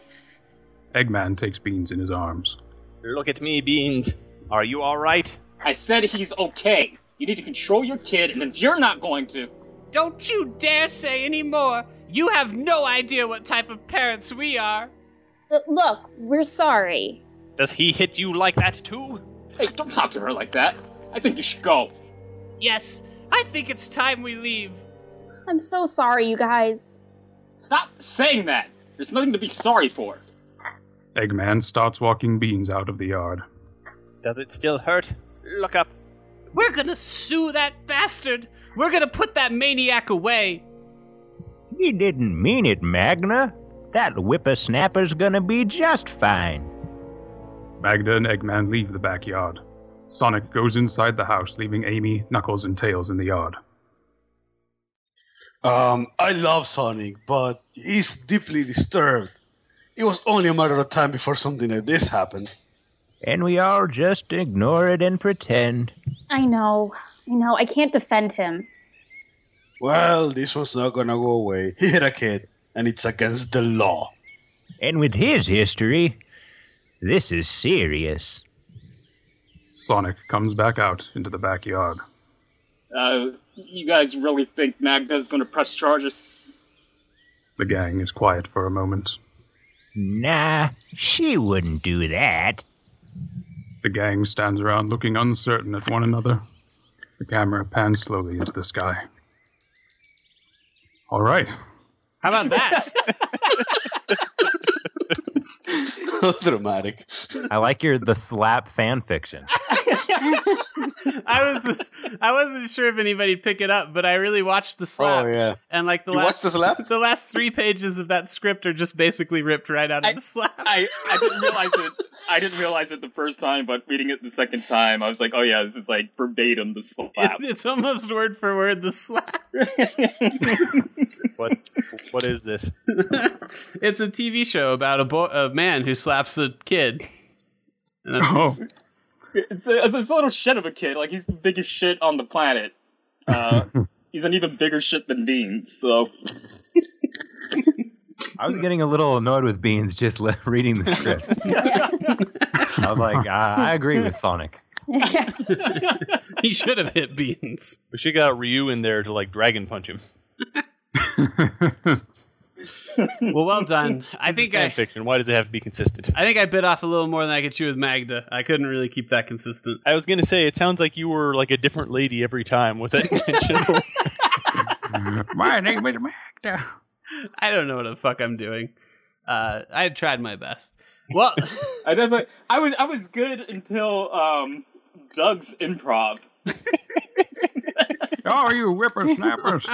Eggman takes Beans in his arms. Look at me, Beans. Are you alright? I said he's okay. You need to control your kid, and if you're not going to, Don't you dare say any more! You have no idea what type of parents we are! Uh, Look, we're sorry. Does he hit you like that too? hey, don't talk to her like that. I think you should go. Yes, I think it's time we leave. I'm so sorry, you guys. Stop saying that. There's nothing to be sorry for. Eggman starts walking Beans out of the yard. Does it still hurt? Look up. We're gonna sue that bastard! We're gonna put that maniac away! You didn't mean it, Magna. That whippersnapper's gonna be just fine. Magda and Eggman leave the backyard. Sonic goes inside the house, leaving Amy, Knuckles, and Tails in the yard. Um, I love Sonic, but he's deeply disturbed. It was only a matter of time before something like this happened. And we all just ignore it and pretend. I know. I know. I can't defend him. Well, this one's not gonna go away. He hit a kid, and it's against the law. And with his history, this is serious. Sonic comes back out into the backyard. Uh, you guys really think Magda's gonna press charges? The gang is quiet for a moment. Nah, she wouldn't do that. The gang stands around looking uncertain at one another. The camera pans slowly into the sky. All *laughs* right. How about *laughs* that? Dramatic. I like your the slap fan fiction. I was I wasn't sure if anybody'd pick it up, but I really watched the slap. Oh, yeah. And like the You last watched the slap? *laughs* the *laughs* last three pages of that script are just basically ripped right out of the slap. I, I didn't realize it. I didn't realize it the first time, but reading it the second time, I was like, oh yeah, this is like verbatim the slap. It's, it's almost word for word the *laughs* slap. what? What is this? *laughs* it's a TV show about a boy, a man who slaps a kid. And that's- Oh, It's, a, it's this little shit of a kid. Like he's the biggest shit on the planet. Uh, he's an even bigger shit than Dean. So I was getting a little annoyed with Beans just li- *laughs* reading the script. I was like, I, I agree *laughs* with Sonic. he should have hit beans. We should got Ryu in there to like dragon punch him. Well, well done. *laughs* I think Fan I, fiction. Why does it have to be consistent? I think I bit off a little more than I could chew with Magda. I couldn't really keep that consistent. I was gonna say it sounds like you were like a different lady every time. Was *laughs* that intentional? my name is Magda. *laughs* I don't know what the fuck I'm doing. Uh, I tried my best. Well, *laughs* I definitely, I was, I was good until um, Doug's improv. Oh, you *laughs* whippersnappers.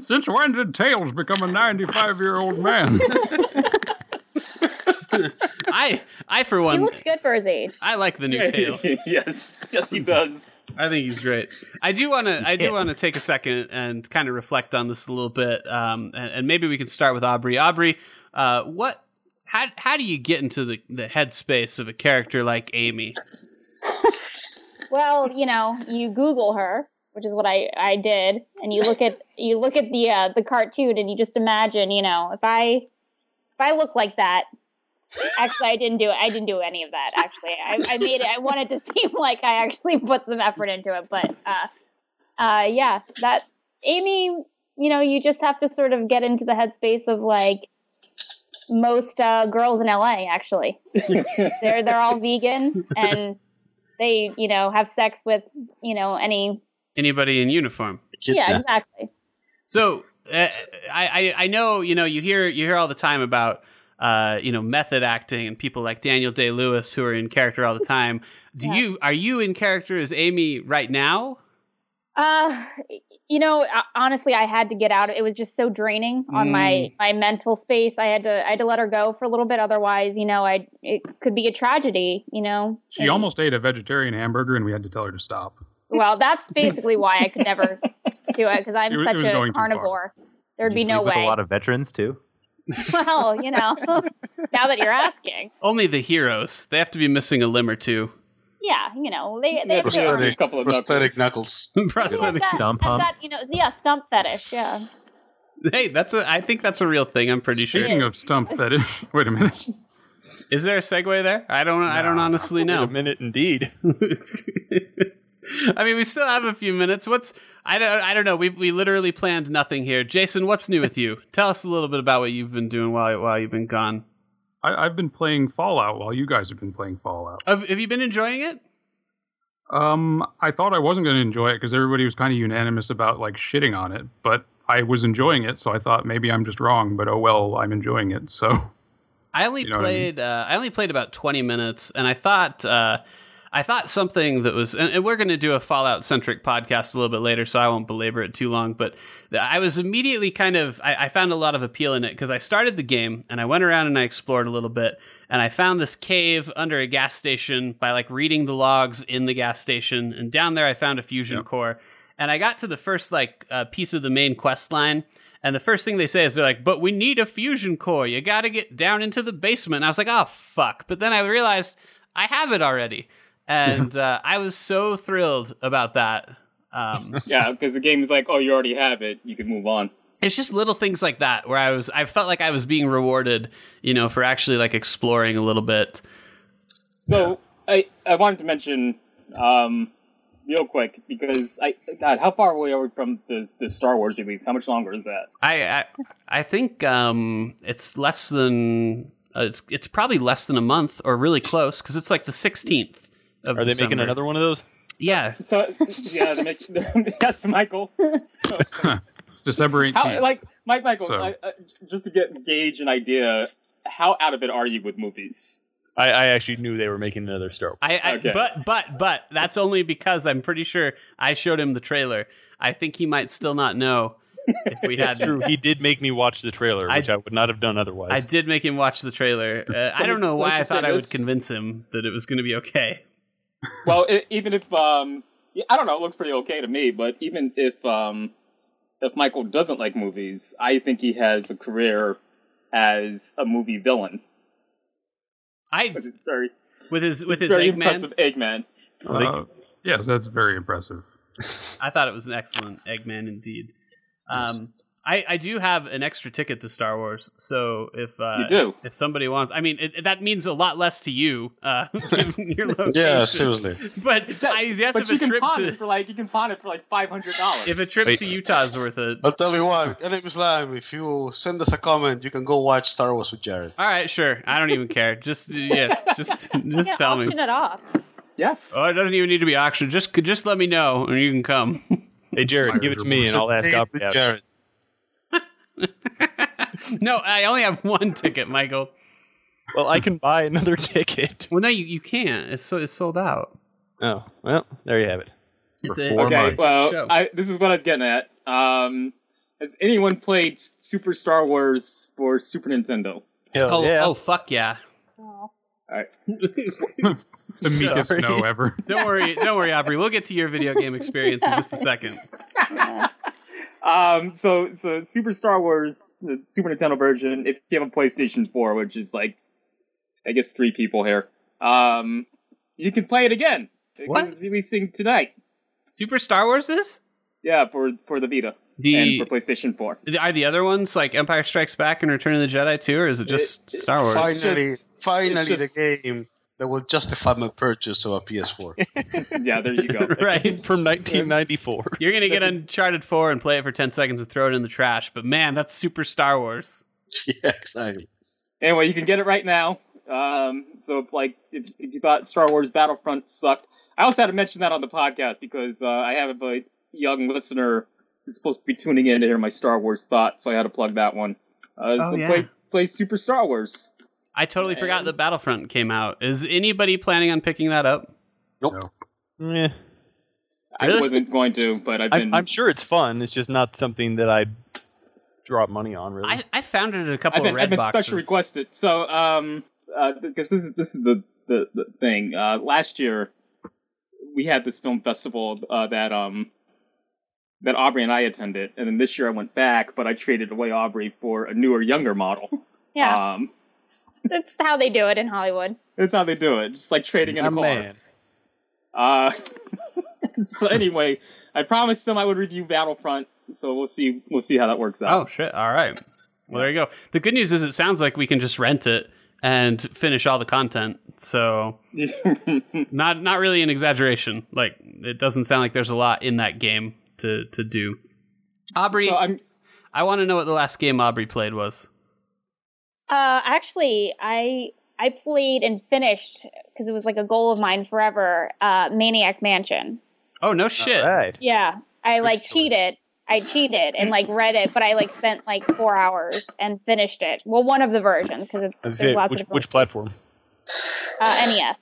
Since when did Tails become a 95 year old man? *laughs* I, I for He one, looks good for his age. I like *laughs* the new Tails. yes, yes, he does. I think he's great. I do want to. I do want to take a second and kind of reflect on this a little bit, um, and, and maybe we can start with Aubrey. Aubrey, uh, what? How how do you get into the the headspace of a character like Amy? Well, you know, you Google her, which is what I, I did, and you look at you look at the uh, the cartoon, and you just imagine, you know, if I if I look like that. Actually, I didn't do it. I didn't do any of that. Actually, I, I made it. I wanted to seem *laughs* like I actually put some effort into it, but uh, uh, yeah, that Amy, you know, you just have to sort of get into the headspace of like most uh, girls in LA. Actually, they're they're all vegan and they you know have sex with you know any Anybody in uniform? Get yeah that. exactly So uh, I, I I know you know you hear you hear all the time about uh, you know method acting and people like Daniel Day Lewis who are in character all the time. Do Yeah. you are you in character as Amy right now? uh you know uh, honestly i had to get out it was just so draining on my my mental space i had to i had to let her go for a little bit otherwise you know i it could be a tragedy you know She almost ate a vegetarian hamburger and we had to tell her to stop. well that's basically why i could never do it because i'm It was- it such was going a too far. carnivore there'd You be no sleep with way A lot of veterans too. *laughs* well you know now that you're asking Only the heroes. They have to be missing a limb or two. yeah you know they they have Yeah. to Prosthetic, Couple of prosthetic knuckles. I've *laughs* Prosthetic. got- Stump I've hump. got, you know, yeah, stump fetish. Yeah, *laughs* Hey, that's a. I think that's a real thing. I'm pretty sure. Speaking of stump fetish, *laughs* wait a minute. Is there a segue there? I don't. I don't honestly Wait a know. minute, indeed. *laughs* I mean, we still have a few minutes. What's I don't. I don't know. We we literally planned nothing here. Jason, what's new with you? Tell us a little bit about what you've been doing while while you've been gone. I, I've been playing Fallout while you guys have been playing Fallout. Have, have you been enjoying it? Um, I thought I wasn't going to enjoy it because everybody was kind of unanimous about like shitting on it, but I was enjoying it, so I thought maybe I'm just wrong. But oh well, I'm enjoying it. So I only You know what I mean? played. I, uh, I only played about twenty minutes, and I thought. Uh, I thought something that was, and and we're going to do a Fallout centric podcast a little bit later, so I won't belabor it too long. But th- I was immediately kind of, I, I found a lot of appeal in it because I started the game and I went around and I explored a little bit, and I found this cave under a gas station by like reading the logs in the gas station, and down there I found a fusion core, and I got to the first like uh, piece of the main quest line, and the first thing they say is they're like, but we need a fusion core. You got to get down into the basement. And I was like, oh, fuck. But then I realized I have it already. And uh, I was so thrilled about that. Um, Yeah, because the game is like, oh, you already have it. You can move on. it's just little things like that where I was, I felt like I was being rewarded, you know, for actually like exploring a little bit. So I, I wanted to mention um, real quick because I God, how far away are we from the, the Star Wars release? How much longer is that? I, I, I think um, it's less than, uh, it's, it's probably less than a month or really close because it's like the 16th of Are they December. making another one of those? Yeah. So yeah, to make, *laughs* yes, Michael. it's December How 18th. like Mike Michael? So- I, uh, just to get gauge an idea, how out of it are you with movies? I, I actually knew they were making another Star Wars. I, I Okay. but but but that's only because I'm pretty sure I showed him the trailer. I think he might still not know If *laughs* we That's hadn't. true. He did make me watch the trailer, I- which I, would not have done I otherwise. did make him watch the trailer. Uh, I Don't- don't know why don't I you thought say I this? would convince him that it was going to be okay. well, i even if um, yeah, I don't know, it looks pretty okay to me. But even if um, if Michael doesn't like movies, I think he has a career as a movie villain. I Because it's very, with his with his very Eggman, impressive Eggman. Uh, yes, that's very impressive. I thought it was an excellent Eggman indeed. Um, I I do have an extra ticket to Star Wars, so if uh, you do. if somebody wants, I mean it, that means a lot less to you, uh, *laughs* given *laughs* your location. Yeah, seriously. But I yes, but if you a can trip pawn to it for like you can pawn it for like five hundred dollars. if a trip Wait. to Utah's worth it. I'll tell you what, Enemy Slime, if you send us a comment, you can go watch Star Wars with Jared. All right, sure. I don't even care. Just yeah, just just can tell me. auction it off. Oh, it doesn't even need to be auctioned. Just just let me know and you can come. hey, Jared, give it to me, and I'll ask Opry. out. Jared. *laughs* no, I only have one ticket, Michael. Well, I can buy another *laughs* ticket. Well, no, you, you can't. It's so, it's sold out. Oh, well, there you have it. It's For a, four Okay, months. Show. *laughs* well, I, this is what I was getting at. Um, has anyone played Super Star Wars for Super Nintendo? Hell oh, yeah. oh, fuck yeah! Oh. *laughs* The meekest Sorry. no ever. *laughs* Don't worry, don't worry, Aubrey. We'll get to your video game experience in just a second. Um, so, so Super Star Wars, the Super Nintendo version. If you have a PlayStation 4, which is like, I guess three people here, um, you can play it again. It What? comes releasing tonight. Super Star Wars is Yeah, for for the Vita the and for PlayStation 4. are the other ones like Empire Strikes Back and Return of the Jedi too, or is it just It- it- Star Wars? fine. *laughs* Finally, just- finally it's just- the game that will justify my purchase of a *laughs* PS4. Yeah, there you go. *laughs* Right. From 1994. You're gonna get Uncharted Four and play it for ten seconds and throw it in the trash. But man, that's Super *laughs* Star Wars. yeah, exactly. anyway, you can get it right now. Um, so, like, if, if you thought Star Wars Battlefront sucked, I also had to mention that on the podcast because uh, I have a young listener who's supposed to be tuning in to hear my Star Wars thoughts, so I had to plug that one. Uh, Oh, so yeah. play, play Super Star Wars. I totally forgot And- that Battlefront came out. Is anybody planning on picking that up? Eh, Really? I wasn't going to, but I've been. I'm, I'm sure it's fun. It's just not something that I'd drop money on, really. I, I found it in a couple I've been, of red I've been boxes. special requested. So, um, uh, because this is this is the the, the thing. Uh, last year, we had this film festival uh, that um that Aubrey and I attended, and then this year I went back, but I traded away Aubrey for a newer, younger model. Yeah, Um, that's how they do it in Hollywood. that's how they do it. Just like trading in My a car. man. Uh, *laughs* so anyway, I promised them I would review Battlefront. So we'll see. We'll see how that works out. Oh shit! All right. Well, there you go. The good news is it sounds like we can just rent it and finish all the content. *laughs* So not not really an exaggeration. Like it doesn't sound like there's a lot in that game to to do. Aubrey, so I'm I want to know what the last game Aubrey played was. Uh, actually, I I played and finished because it was like a goal of mine forever. Uh, Maniac Mansion. Oh no shit! Right. Yeah, I like cheated. I cheated and like read it, but I like spent like four hours and finished it. Well, one of the versions because it's That's there's it. lots Which, of different- which platform? uh, NES.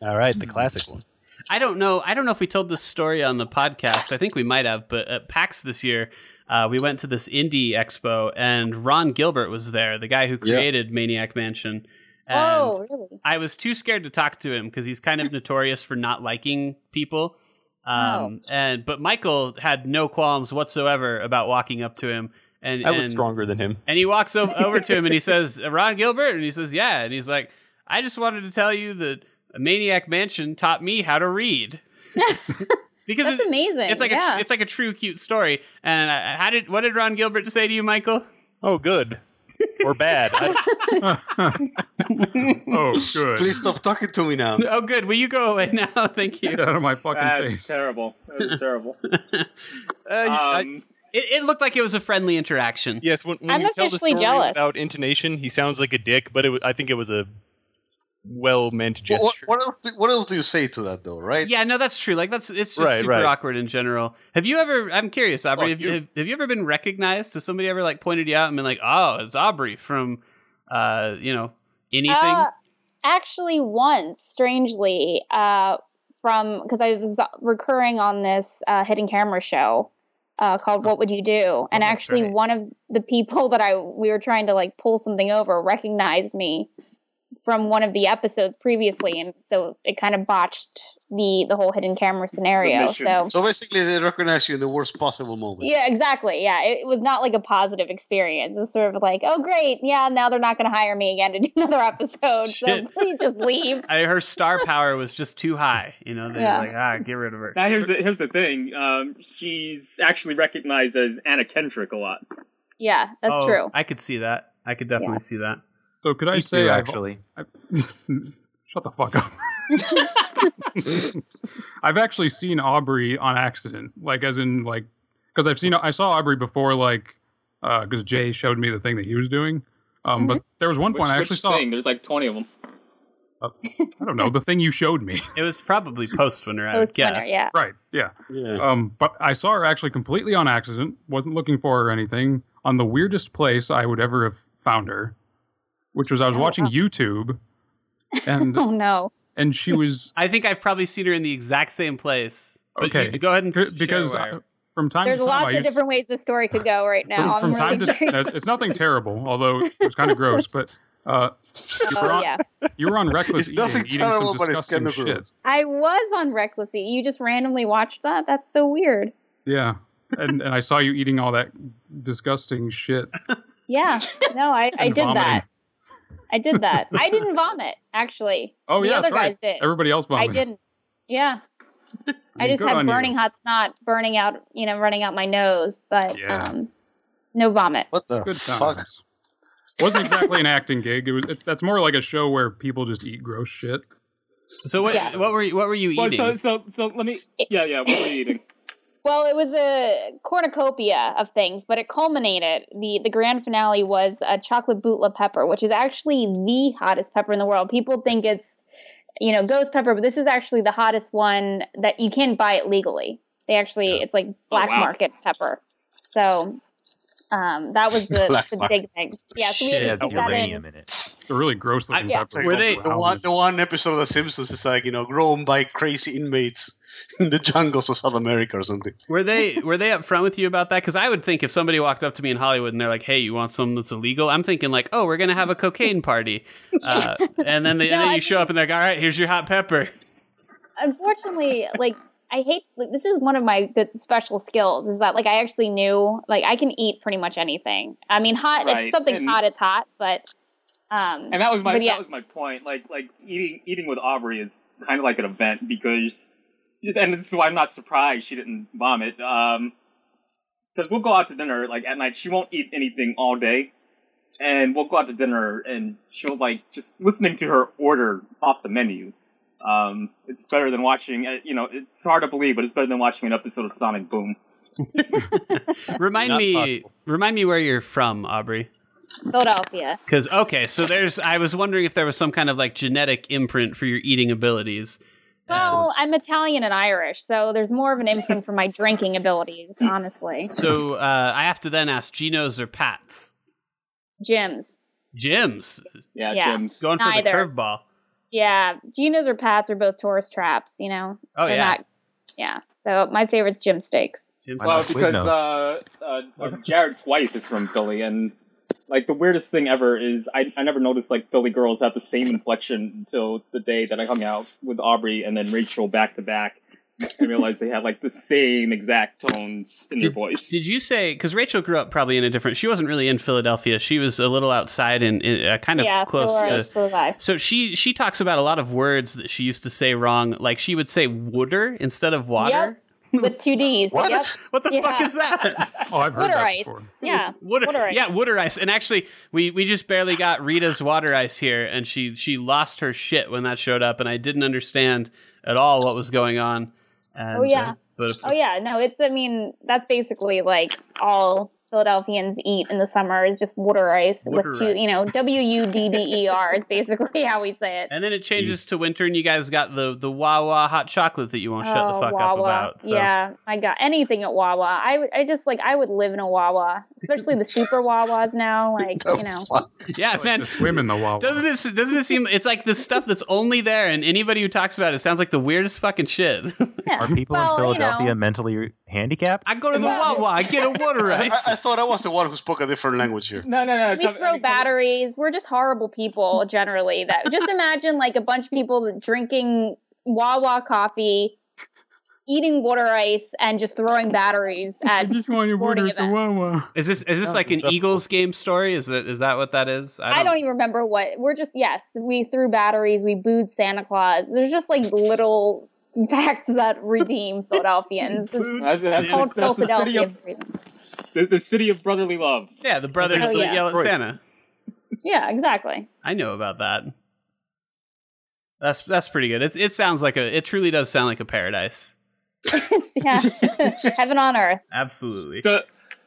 All right, the classic one. I don't know. I don't know if we told this story on the podcast. I think we might have, but at PAX this year, uh, we went to this indie expo, and Ron Gilbert was there, the guy who Yeah. created Maniac Mansion. And Oh, really? I was too scared to talk to him because he's *laughs* kind of notorious for not liking people. Oh. Um, And but Michael had no qualms whatsoever about walking up to him. And I and- was stronger than him. and he walks o- over to him and he says, Ron Gilbert? And he says, Yeah. And he's like, I just wanted to tell you that a Maniac Mansion taught me how to read. because That's it's, amazing. it's like yeah. a, it's like a true cute story. And I, how did what did Ron Gilbert say to you, Michael? Oh, good. Or bad. I, *laughs* Oh, good. Please stop talking to me now. *laughs* Oh, good. Will you go away *laughs* now? Thank you. Get out of my fucking that's face. terrible. *laughs* That's terrible. uh, I- Um, It, it looked like it was a friendly interaction. yes, when, when I'm you tell the officially story jealous. without intonation, he sounds like a dick, but it, wa- I think it was a well-meant What, what, gesture. what else do, what else do you say to that, though, right? Yeah, no, that's true. Like that's it's just Right, super right. awkward in general. Have you ever? I'm curious, Aubrey. Have, you. have, have you ever been recognized? Has somebody ever like pointed you out and been like, "Oh, it's Aubrey from, uh, you know, anything"? Uh, actually, once, strangely, uh, from because I was recurring on this uh, hidden camera show uh, called "What Would You Do?" And actually, one of the people that I we were trying to like pull something over recognized me from one of the episodes previously, and so it kind of botched the the whole hidden camera scenario. So basically, they recognize you in the worst possible moment. yeah, exactly. Yeah, it, it was not like a positive experience. It was sort of like, oh great, yeah, now they're not going to hire me again to do *laughs* another episode. So Shit. please just leave. I, her star power was just too high. You know, they're Yeah. like, ah, get rid of her. Now here's the, here's the thing. Um, she's actually recognized as Anna Kendrick a lot. Yeah, that's Oh, true. I could see that. I could definitely Yes. see that. So could I Me say too, I've- actually. Shut the fuck up. *laughs* I've actually seen Aubrey on accident, like as in like because I've seen I saw Aubrey before, like because Jay showed me the thing that he was doing. Um, but Mm-hmm. there was one Which, point I which actually saw. thing? There's like 20 of them. I don't know the thing you showed me. It was probably post winner, I would Post-winner, guess. yeah. right? Yeah. Yeah. Um, but I saw her actually completely on accident. Wasn't looking for her or anything. On the weirdest place I would ever have found her, which was I was watching YouTube, and *laughs* Oh no. and she *laughs* was I think I've probably seen her in the exact same place. But Okay. you- go ahead and c- share because where. I- from time There's to time I lots of used- different ways the story could go right now. from, from I'm time *laughs* really to *laughs* curious. it's- it's nothing terrible, although it was kind of gross. But *laughs* uh, you, were Oh, on, yeah. you were on reckless It's eating, nothing eating terrible, some but it's disgusting kinda shit. gross. I was on Reckless Eat. You just randomly watched that? That's so weird. Yeah, and and I saw you eating all that disgusting shit. *laughs* Yeah. No, I, I and did vomiting. that. I did *laughs* that. I didn't vomit, actually. Oh the yeah, other that's right. guys did. Everybody else I vomited. didn't. Yeah. I just Good had on you. burning hot snot burning out, you know, running out my nose, but Yeah. um, no vomit. What the Good times. fuck? Wasn't exactly an acting gig. It was. It, that's more like a show where people just eat gross shit. So what? Yes. What were you, what were you Well, eating? so, so, so let me. Yeah, yeah. What were you eating? Well, it was a cornucopia of things, but it culminated. the The grand finale was a chocolate bootla pepper, which is actually the hottest pepper in the world. People think it's, you know, ghost pepper, but this is actually the hottest one that you can buy it legally. They actually, it's like black wow. market pepper. So um, that was the, *laughs* Black the market. big thing. Yeah, so we had to Shit, that stick that in. uranium in it. It's a really gross looking I- yeah. pepper. It's like Were the- they- the one? The one episode of The Simpsons is like you know grown by crazy inmates *laughs* in the jungles of South America or something. Were they were they upfront with you about that? Because I would think if somebody walked up to me in Hollywood and they're like, "Hey, you want something that's illegal?" I'm thinking like, "Oh, we're gonna have a cocaine party," *laughs* uh, and then they, No, and then I you show up and they're like, "All right, here's your hot pepper." unfortunately, like I hate like this is one of my good special skills is that like I actually knew like I can eat pretty much anything. I mean, hot Right, if something's and- hot, it's hot, but um, And that was my But yeah. that was my point. Like like eating eating with Aubrey is kind of like an event because, and this is why I'm not surprised she didn't vomit. Um, because we'll go out to dinner like at night. She won't eat anything all day, and we'll go out to dinner, and she'll like just listening to her order off the menu. Um, it's better than watching. uh, You know, it's hard to believe, but it's better than watching an episode of Sonic Boom. Remind Not me, possible. remind me where you're from, Aubrey. Philadelphia. Because okay, so there's. I was wondering if there was some kind of like genetic imprint for your eating abilities. Well, I'm Italian and Irish, so there's more of an imprint for my drinking *laughs* abilities, honestly. So uh, I have to then ask Genos or Pats. Gyms. Jim's Yeah, Yeah. Jim's. going for the Neither. curveball. Yeah, Gina's or Pat's are both tourist traps, you know? Oh They're yeah, not- yeah. So my favorite's gym steaks. Jim's. Why Well, not because Quiznos? uh, uh, uh, Jared twice is from Philly, and like the weirdest thing ever is I, I never noticed like Philly girls have the same inflection until the day that I hung out with Aubrey and then Rachel back to back. and realized they had like the same exact tones in their voice. Did you say because Rachel grew up probably in a different? She wasn't really in Philadelphia. She was a little outside and in, uh, kind of yeah, close so, are- to. so was I. So she she talks about a lot of words that she used to say wrong. Like she would say "wooder" instead of "water." Yep, with two D's. *laughs* What? Yep. What the fuck Yeah. is that? Oh, I've heard Water that ice. before. Yeah. Water, Water ice. yeah, water ice. And actually, we, we just barely got Rita's water ice here, and she she lost her shit when that showed up, and I didn't understand at all what was going on. And, Oh, yeah. uh, but Oh yeah, no, it's I mean that's basically like all Philadelphians eat in the summer is just water ice Water with two, ice. you know, W U D D E R is basically how we say it. and then it changes to winter, and you guys got the the Wawa hot chocolate that you won't shut the Oh, fuck up Wawa. about. So. Yeah, I got anything at Wawa. I would- I just like I would live in a Wawa, especially the super Wawas now. Like The you know, fuck? yeah, man. Just swim in the Wawa. Doesn't it doesn't it seem it's like the stuff that's only there and anybody who talks about it sounds like the weirdest fucking shit. *laughs* yeah. Are people well, in Philadelphia You know, mentally handicapped? I go to the Wawa. I get a water I, ice. I thought I was the one who spoke a different language here. No, no, no. we throw batteries. We're just horrible people generally. That just imagine like a bunch of people drinking Wawa coffee, eating water ice, and just throwing batteries at sporting events. Wawa. Is this is this like an it's up- Eagles game story? Is that is that what that is? Oh, I don't, even remember what we're just. Yes, we threw batteries. We booed Santa Claus. There's just like little facts that redeem Philadelphians. It's That's, that's, called that's the, city Philadelphia of, for a reason. the, the city of brotherly love. Yeah, the brothers Oh, yeah. that yell at Detroit. Santa. Yeah, *laughs* exactly. I know about that. That's that's pretty good. It it sounds like a it truly does sound like a paradise. yeah, *laughs* heaven on earth. Absolutely. So,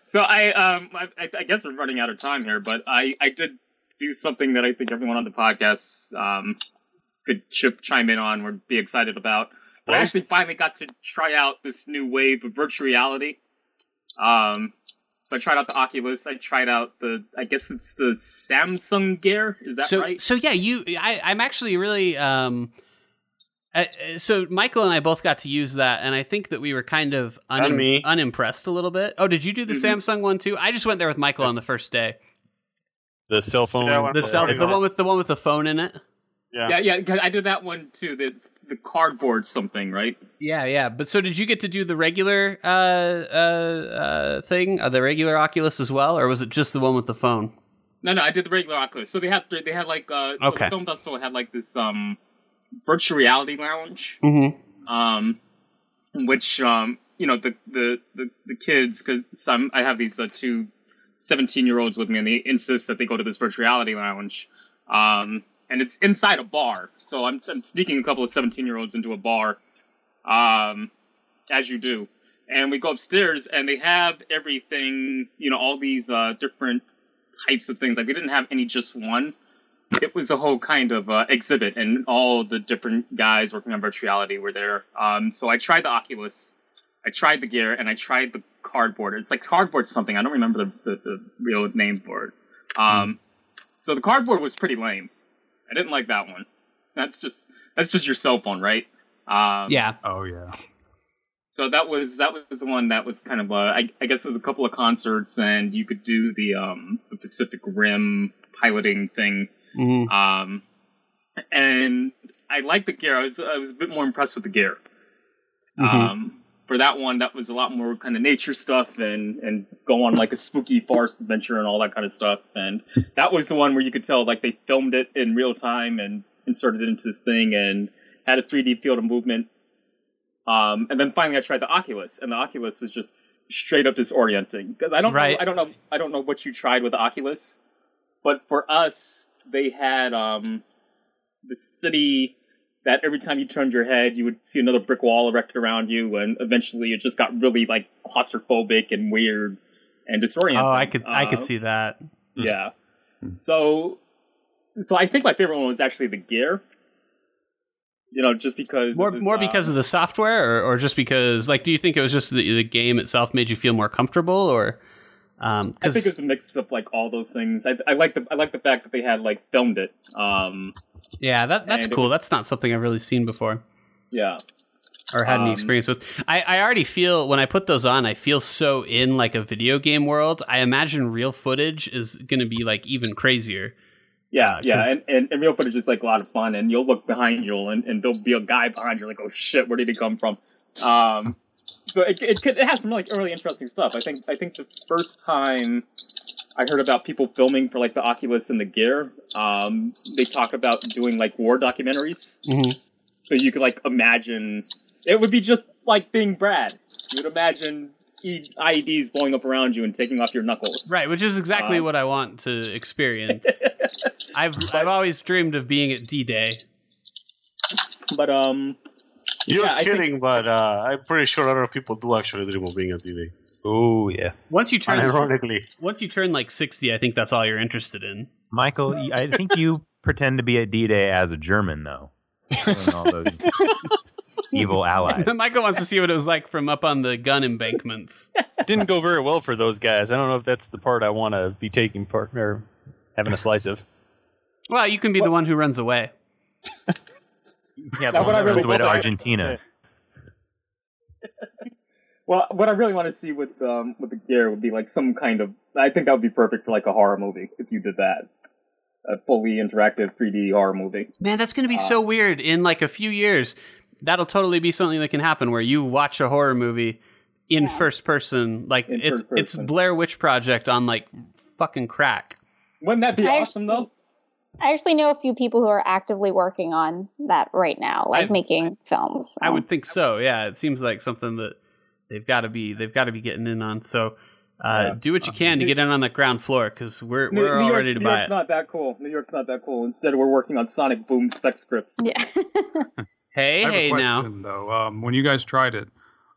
so I, um, I, I- I guess we're running out of time here, but I, I did do something that I think everyone on the podcast um, could chip, chime in on or be excited about. But I actually finally got to try out this new wave of virtual reality. Um, so I tried out the Oculus. I tried out the, I guess it's the Samsung Gear. Is that so right? so yeah, you I I'm actually really um I, I- so Michael and I both got to use that and I think that we were kind of Not me. unim- unimpressed a little bit. Oh, did you do the Mhm. Samsung one too? I just went there with Michael on the first day. The cell phone. Yeah, one- The cell, the one with the one with the phone in it. Yeah, yeah. 'cause I did that one too. The the cardboard something, right? Yeah, yeah. But so did you get to do the regular uh, uh, uh, thing, uh, the regular Oculus as well, or was it just the one with the phone? No, no, I did the regular Oculus. So they had they had like uh, so Okay. the film festival had like this um virtual reality lounge, Mm-hmm. um, which um you know the the the, the kids because some I have these uh, two 17 year olds with me and they insist that they go to this virtual reality lounge, um, and it's inside a bar. So I'm, I'm sneaking a couple of 17 year olds into a bar, um, as you do. And we go upstairs, and they have everything, you know, all these uh, different types of things. Like they didn't have any just one. It was a whole kind of uh, exhibit, and all the different guys working on virtual reality were there. Um, so I tried the Oculus, I tried the Gear, and I tried the cardboard. It's like cardboard something. I don't remember the, the, the real name for it. Um, So the cardboard was pretty lame. I didn't like that one. That's just that's just your cell phone, right? Um, Yeah. Oh yeah. so that was that was the one that was kind of uh, I, I guess it was a couple of concerts and you could do the um the Pacific Rim piloting thing Mm-hmm. um and I liked the gear I was I was a bit more impressed with the gear Mm-hmm. um for that one that was a lot more kind of nature stuff and and go on like a spooky forest adventure and all that kind of stuff and that was the one where you could tell like they filmed it in real time and inserted it into this thing and had a 3D field of movement um, and then finally, I tried the Oculus, and the Oculus was just straight up disorienting because I don't Right. know, I don't know, I don't know what you tried with the Oculus, but for us, they had um, the city that every time you turned your head, you would see another brick wall erected around you, and eventually, it just got really like claustrophobic and weird and disorienting. Oh, I could I could Uh, see that. yeah. So, so I think my favorite one was actually the gear. You know, just because More it was, more uh, because of the software, or, or just because like, do you think it was just the, the game itself made you feel more comfortable, or um, I think 'cause- it's a mix of like all those things. I, I like the I like the fact that they had like filmed it. Um, yeah, that that's and it cool. was- that's not something I've really seen before. yeah, or had any Um, experience with. I, I already feel when I put those on, I feel so in like a video game world. I imagine real footage is going to be like even crazier. yeah, yeah. 'cause- And, and and real footage is like a lot of fun. And you'll look behind you, and, and there'll be a guy behind you, like, oh shit, where did he come from? Um, *laughs* so it it, could, it has some like really interesting stuff. I think I think the first time I heard about people filming for like the Oculus and the Gear, um, they talk about doing like war documentaries. Mm-hmm. So you could like imagine it would be just like being Brad. You would imagine e- IEDs blowing up around you and taking off your knuckles. Right, which is exactly Um, what I want to *laughs* experience. I've I've always dreamed of being at D Day. But um, You're Yeah, I think- kidding, but uh, I'm pretty sure a lot of people do actually dream of being a DD. Oh yeah, Once you turn Unironically. once you turn like sixty, I think that's all you're interested in. Michael. y- I think you pretend to be at D-Day as a German though. Killing all those *laughs* evil allies. *laughs* Michael wants to see what it was like from up on the gun embankments. *laughs* Didn't go very well for those guys. I don't know if that's the part I want to be taking part or having a slice of. Well, you can be the one who runs away. Yeah, Now, the what I one that really runs away to want- Argentina. Well, what I really want to see with um with the gear would be like some kind of. I think that would be perfect for like a horror movie if you did that, a fully interactive 3D horror movie. Man, that's going to be so weird in like a few years. That'll totally be something that can happen where you watch a horror movie in first person. Like In it's first it's person. Blair Witch Project on like fucking crack. Wouldn't that be I awesome though? I actually know a few people who are actively working on that right now, like I- making films. I would think so. Yeah, it seems like something that they've got to be they've got to be getting in on. So uh, do what you can to get in on the ground floor because we're New, we're New all York- ready to New buy York's it. not that cool. New York's not that cool. Instead, we're working on Sonic Boom spec scripts. Yeah. Hey, I have hey, a now. question though. Um, when you guys tried it,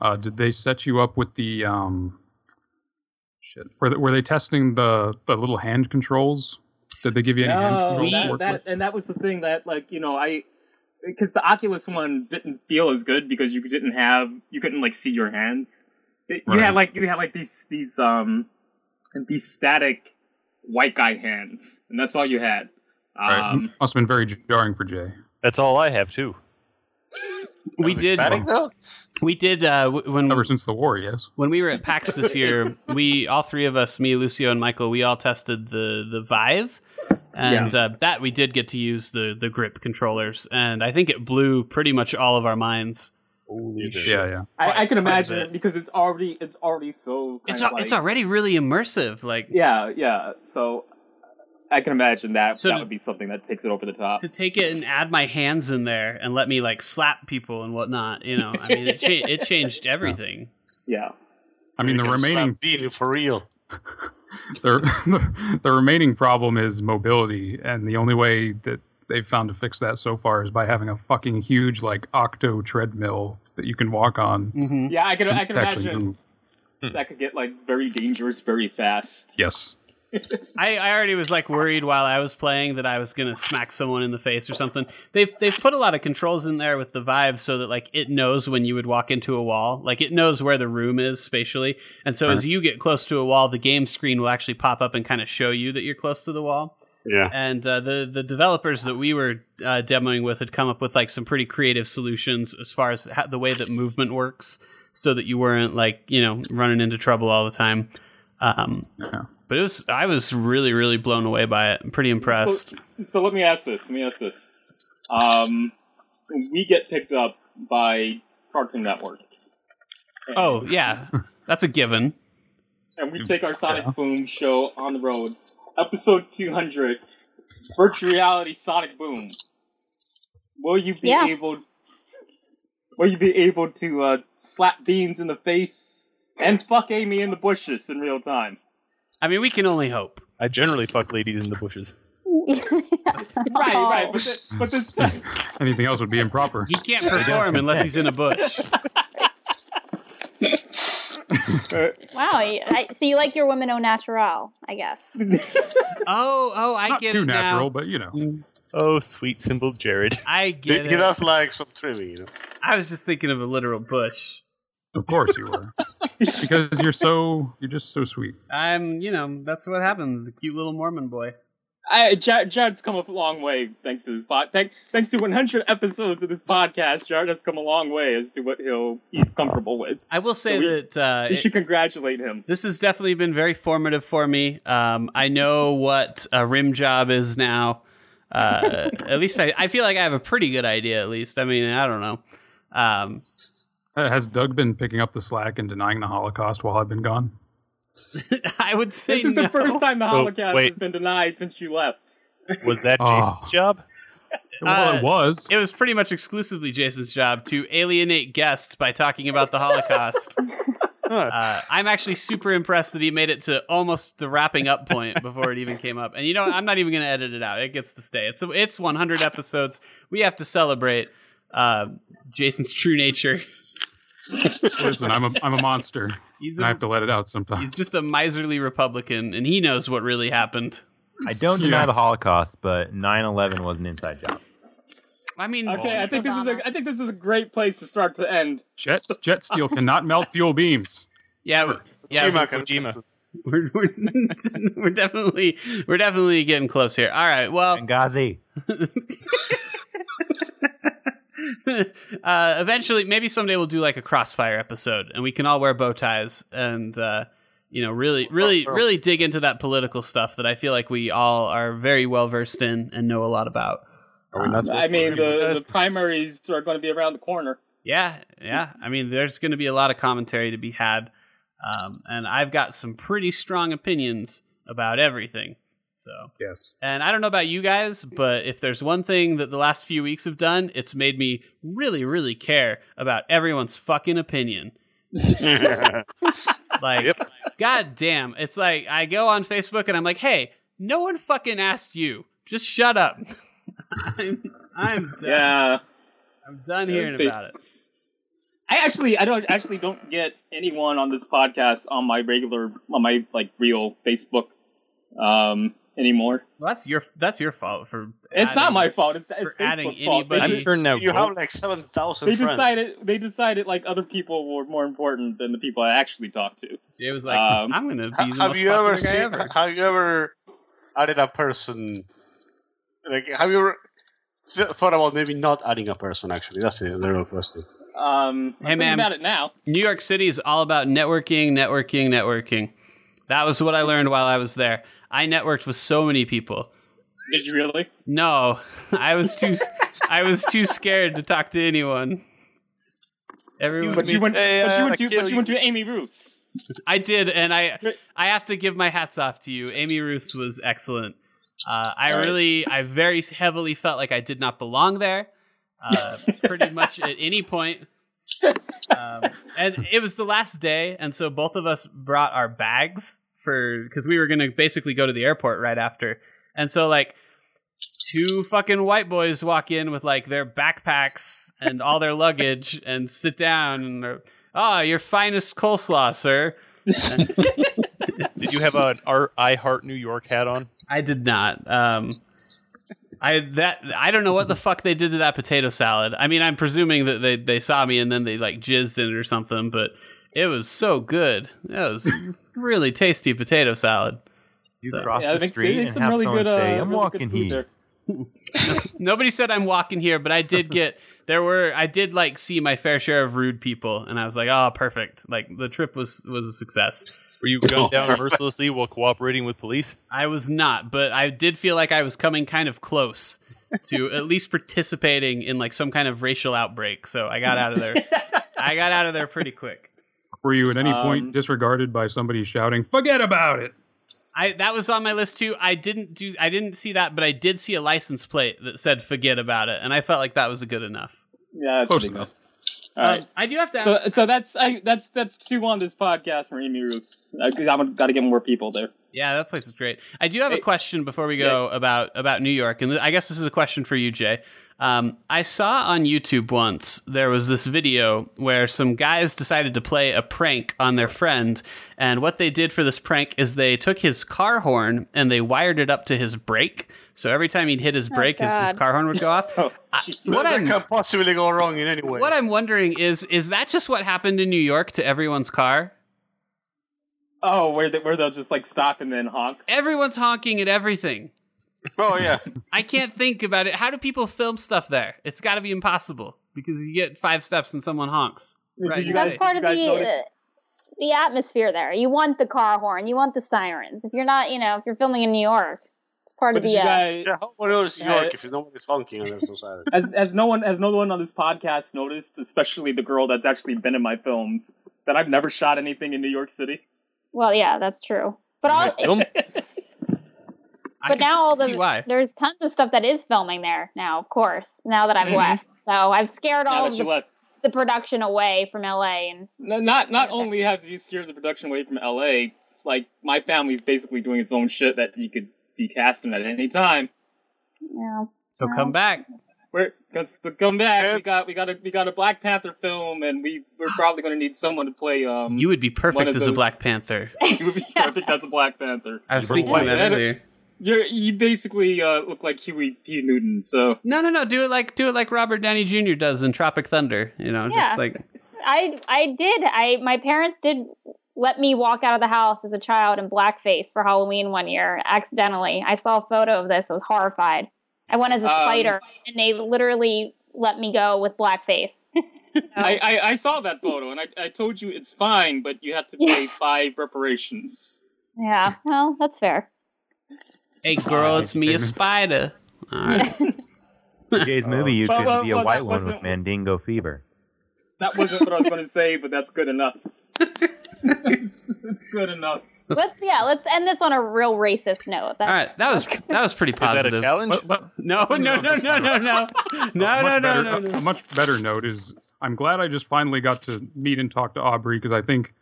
uh, did they set you up with the um, shit? Were they, were they testing the the little hand controls? Did they give you any hand No, controls to that, work that, with? and that was the thing that like you know I because the Oculus one didn't feel as good because you didn't have you couldn't like see your hands. It- You Right. had like you had like these these um these static white guy hands, and that's all you had. Right. Um, Must have been very jarring for Jay. That's all I have too. We did Static though? we did uh, w- when Ever since the war, yes. when we were at PAX *laughs* this year, we all three of us, me, Lucio, and Michael, we all tested the the Vive, and uh, that we did get to use the the grip controllers, and I think it blew pretty much all of our minds. Yeah, yeah. I, I can imagine bit. it because it's already it's already so. Kind It's of al- it's like- already really immersive. Like Yeah, yeah. So I can imagine that So that to- would be something that takes it over the top. to take it and add my hands in there and let me like slap people and whatnot. You know, I mean, it, cha- it changed everything. yeah. I mean, the Gonna slap remaining Billy uh, *laughs* for real. the, the *laughs* remaining problem is mobility, and the only way that they've found to fix that so far is by having a fucking huge like octo treadmill that you can walk on Mm-hmm. Yeah, I can Mm-hmm. to, I can to actually imagine move. that could get like very dangerous very fast. Yes. I, I already was like worried while I was playing that I was gonna smack someone in the face or something. They've they've put a lot of controls in there with the vibe so that like it knows when you would walk into a wall, like it knows where the room is spatially, and so as you get close to a wall, the game screen will actually pop up and kind of show you that you're close to the wall. Yeah. And uh, the the developers that we were uh, demoing with had come up with like some pretty creative solutions as far as how, the way that movement works, so that you weren't like you know running into trouble all the time. Um, Uh-huh. Yeah. but it was I was really really blown away by it. I'm *laughs* pretty impressed. So let me ask this. Let me ask this. Um, we get picked up by Cartoon Network. And, Oh yeah, that's a given. and we take our Sonic Boom show on the road, episode two hundred, virtual reality Sonic Boom. Will you be Yeah. able? Will you be able to uh, slap beans in the face and fuck Amy in the bushes in real time? I mean, we can only hope. I generally fuck ladies in the bushes. Right, Oh. right. But, thi- but this time, Anything else would be improper. He can't perform unless he's in *laughs* *laughs* a bush. Wow. you- I, so you like your women au natural, I guess. Oh oh, I Not get too it natural, now. but you know. Oh, sweet symbol Jared. I He, get he it. does like some trivia, you know. I was just thinking of a literal bush. Of course you *laughs* were. because you're so you're just so sweet. I'm you know that's what happens. A cute little Mormon boy. I, Jared, Jared's come a long way thanks to this pod. Thank, thanks to 100 episodes of this podcast, Jared has come a long way as to what he'll he's comfortable with. I will say So we- that uh, You it- should congratulate him. this has definitely been very formative for me. Um, I know what a rim job is now. Uh, *laughs* at least I, I feel like I have a pretty good idea. At least I mean I don't know. Um, Uh, Has Doug been picking up the slack and denying the Holocaust while I've been gone? *laughs* I would say This is no. the first time the So, Holocaust wait. has been denied since you left. Was that Oh. Jason's job? *laughs* Uh, Well, it was. It was pretty much exclusively Jason's job to alienate guests by talking about the Holocaust. Huh. Uh, I'm actually super impressed that he made it to almost the wrapping up point before it even came up. And you know, what? I'm not even going to edit it out. It gets to stay. It's it's 100 episodes. We have to celebrate uh, Jason's true nature. *laughs* Listen, I'm a I'm a monster. He's and I a, have to let it out sometimes. he's just a miserly Republican, and he knows what really happened. I don't deny the Holocaust, but 9/11 was an inside job. I mean, Okay, I think this is Obama. a I think this is a great place to start to end. Jet jet steel *laughs* cannot melt fuel beams. yeah, we- yeah. Chima can- Kojima. We're, we're, *laughs* we're definitely we're definitely getting close here. All right. Well, Benghazi. *laughs* uh, eventually, maybe someday we'll do like a crossfire episode, and we can all wear bow ties and uh, you know really, Oh, really, really dig into that political stuff that I feel like we all are very well versed in and know a lot about. Are Um, we not supposed I mean, to wear bow the, ties? the primaries are going to be around the corner. Yeah, yeah. I mean, there's going to be a lot of commentary to be had, um, and I've got some pretty strong opinions about everything. So, Yes. and I don't know about you guys, but if there's one thing that the last few weeks have done, it's made me really, really care about everyone's fucking opinion. Like, Yep. god damn, it's like I go on Facebook and I'm like, hey, no one fucking asked you. Just shut up. I'm, I'm done. Yeah. I'm done hearing Yeah, about it. I actually, I don't actually don't get anyone on this podcast on my regular, on my like real Facebook um, anymore. Well, that's your that's your fault for. It's not adding- my fault. It's, for it's adding Facebook's fault. They, anybody- I'm just- sure now. You have like seven they thousand friends. decided they decided like other people were more important than the people I actually talked to. It was like Um, I'm gonna be Ha- the have most you popular ever guy seen? ever. Have you ever added a person? Like, have you ever th- thought about maybe not adding a person? Actually, that's the the real question. Um, Hey, I'm thinking ma'am. about it now. New York City is all about networking, networking, networking. That was what I learned while I was there. I networked with so many people. Did you really? No, *laughs* I was too I was too scared to talk to anyone. Everyone, But you went. Hey, but uh, you went to. kill But you went to Amy Ruth. I did, and I I have to give my hats off to you. Amy Ruth was excellent. Uh, I really, I very heavily felt like I did not belong there, uh, pretty much at any point. Um, and it was the last day, and so both of us brought our bags for because we were going to basically go to the airport right after. And so like two fucking white boys walk in with like their backpacks and all their luggage and sit down and they're, ah, your finest coleslaw, sir. Did you have an R- I Heart New York hat on? I did not. Um, I that I don't know what the fuck they did to that potato salad. I mean, I'm presuming that they, they saw me and then they like jizzed in it or something, but it was so good. It was really tasty potato salad. You So- cross Yeah, the they- street there's and some have really someone good. Uh, say, "I'm really walking good food here." there. Nobody said I'm walking here, but I *laughs* did get there were I did like see my fair share of rude people, and I was like, oh, perfect. Like the trip was was a success. Were you gunned *laughs* down mercilessly while cooperating with police? I was not, but I did feel like I was coming kind of close *laughs* to at least participating in like some kind of racial outbreak. So I got out of *laughs* there. I got out of there pretty quick. Were you at any Um, point disregarded by somebody shouting, "Forget about it"? I that was on my list too. I didn't do I didn't see that, but I did see a license plate that said "Forget about it," and I felt like that was good enough. Yeah, that's Close pretty enough. good. All right. Um, I do have to ask. So, so that's I, that's that's two on this podcast for Amy Roofs. I, I'm got to get more people there. yeah, that place is great. I do have a Hey. question before we go about about New York, and I guess this is a question for you, Jay. Um, I saw on YouTube once there was this video where some guys decided to play a prank on their friend, and what they did for this prank is they took his car horn and they wired it up to his brake. So every time he'd hit his brake, his, his God. car horn would go off. *laughs* Oh, I- What *laughs* what that I'm can possibly go wrong in any *laughs* way? what I'm wondering is is that just what happened in New York to everyone's car? Oh, where they, where they'll just like stop and then honk. Everyone's honking at everything. oh yeah, I can't think about it. How do people film stuff there? It's got to be impossible because you get five steps and someone honks. Right. you That's guys- part you of guys the notice- uh, the atmosphere there. You want the car horn. You want the sirens. If you're not, you know, if you're filming in New York, it's part But of did the. you Uh, guys, yeah. How would it Yeah, it- York if nobody's honking and there's no siren? *laughs* as as no one as no one on this podcast noticed, especially the girl that's actually been in my films, that I've never shot anything in New York City. well, yeah, that's true. But all, *laughs* Film? I but can now all see the why. there's tons of stuff that is filming there now. Of course, now that I've Mhm. left, so I've scared Now all of that you the, left, the production away from LA. And No, not not only have you scared the production away from L.A., like my family's basically doing its own shit that you could be cast in at any time. you know, So come back. We're cause to come back. We got we got a we got a Black Panther film, and we we're probably going to need someone to play. uh, *laughs* Um, You would be One perfect of as a those- Black Panther. *laughs* you would be perfect as a Black Panther. I was You're thinking white. that earlier. You're you basically uh, look like Huey P. Newton. So No, no, no. Do it like do it like Robert Downey Jr. does in Tropic Thunder. You know, Yeah. just like I I did. I my parents did let me walk out of the house as a child in blackface for Halloween one year accidentally. I saw a photo of this. I was horrified. I went as a Um, spider, and they literally let me go with blackface. *laughs* I, I, I saw that photo and I, I told you it's fine, but you have to pay five reparations. Yeah, well, that's fair. Hey, girl, it's me, a spider. All right. Today's movie, you Well, could well, be a well, white that one with wasn't- Mandingo fever. That wasn't what I was going to say, but that's good enough. it's, it's good enough. Let's yeah, let's end this on a real racist note. All That's, right, that was that was pretty *laughs* Is positive. that a challenge? But, but *laughs* No, no, no, no, *laughs* no, no, no, a no, much no, better, no, a- no. A much better note is I'm glad I just finally got to meet and talk to Aubrey because I think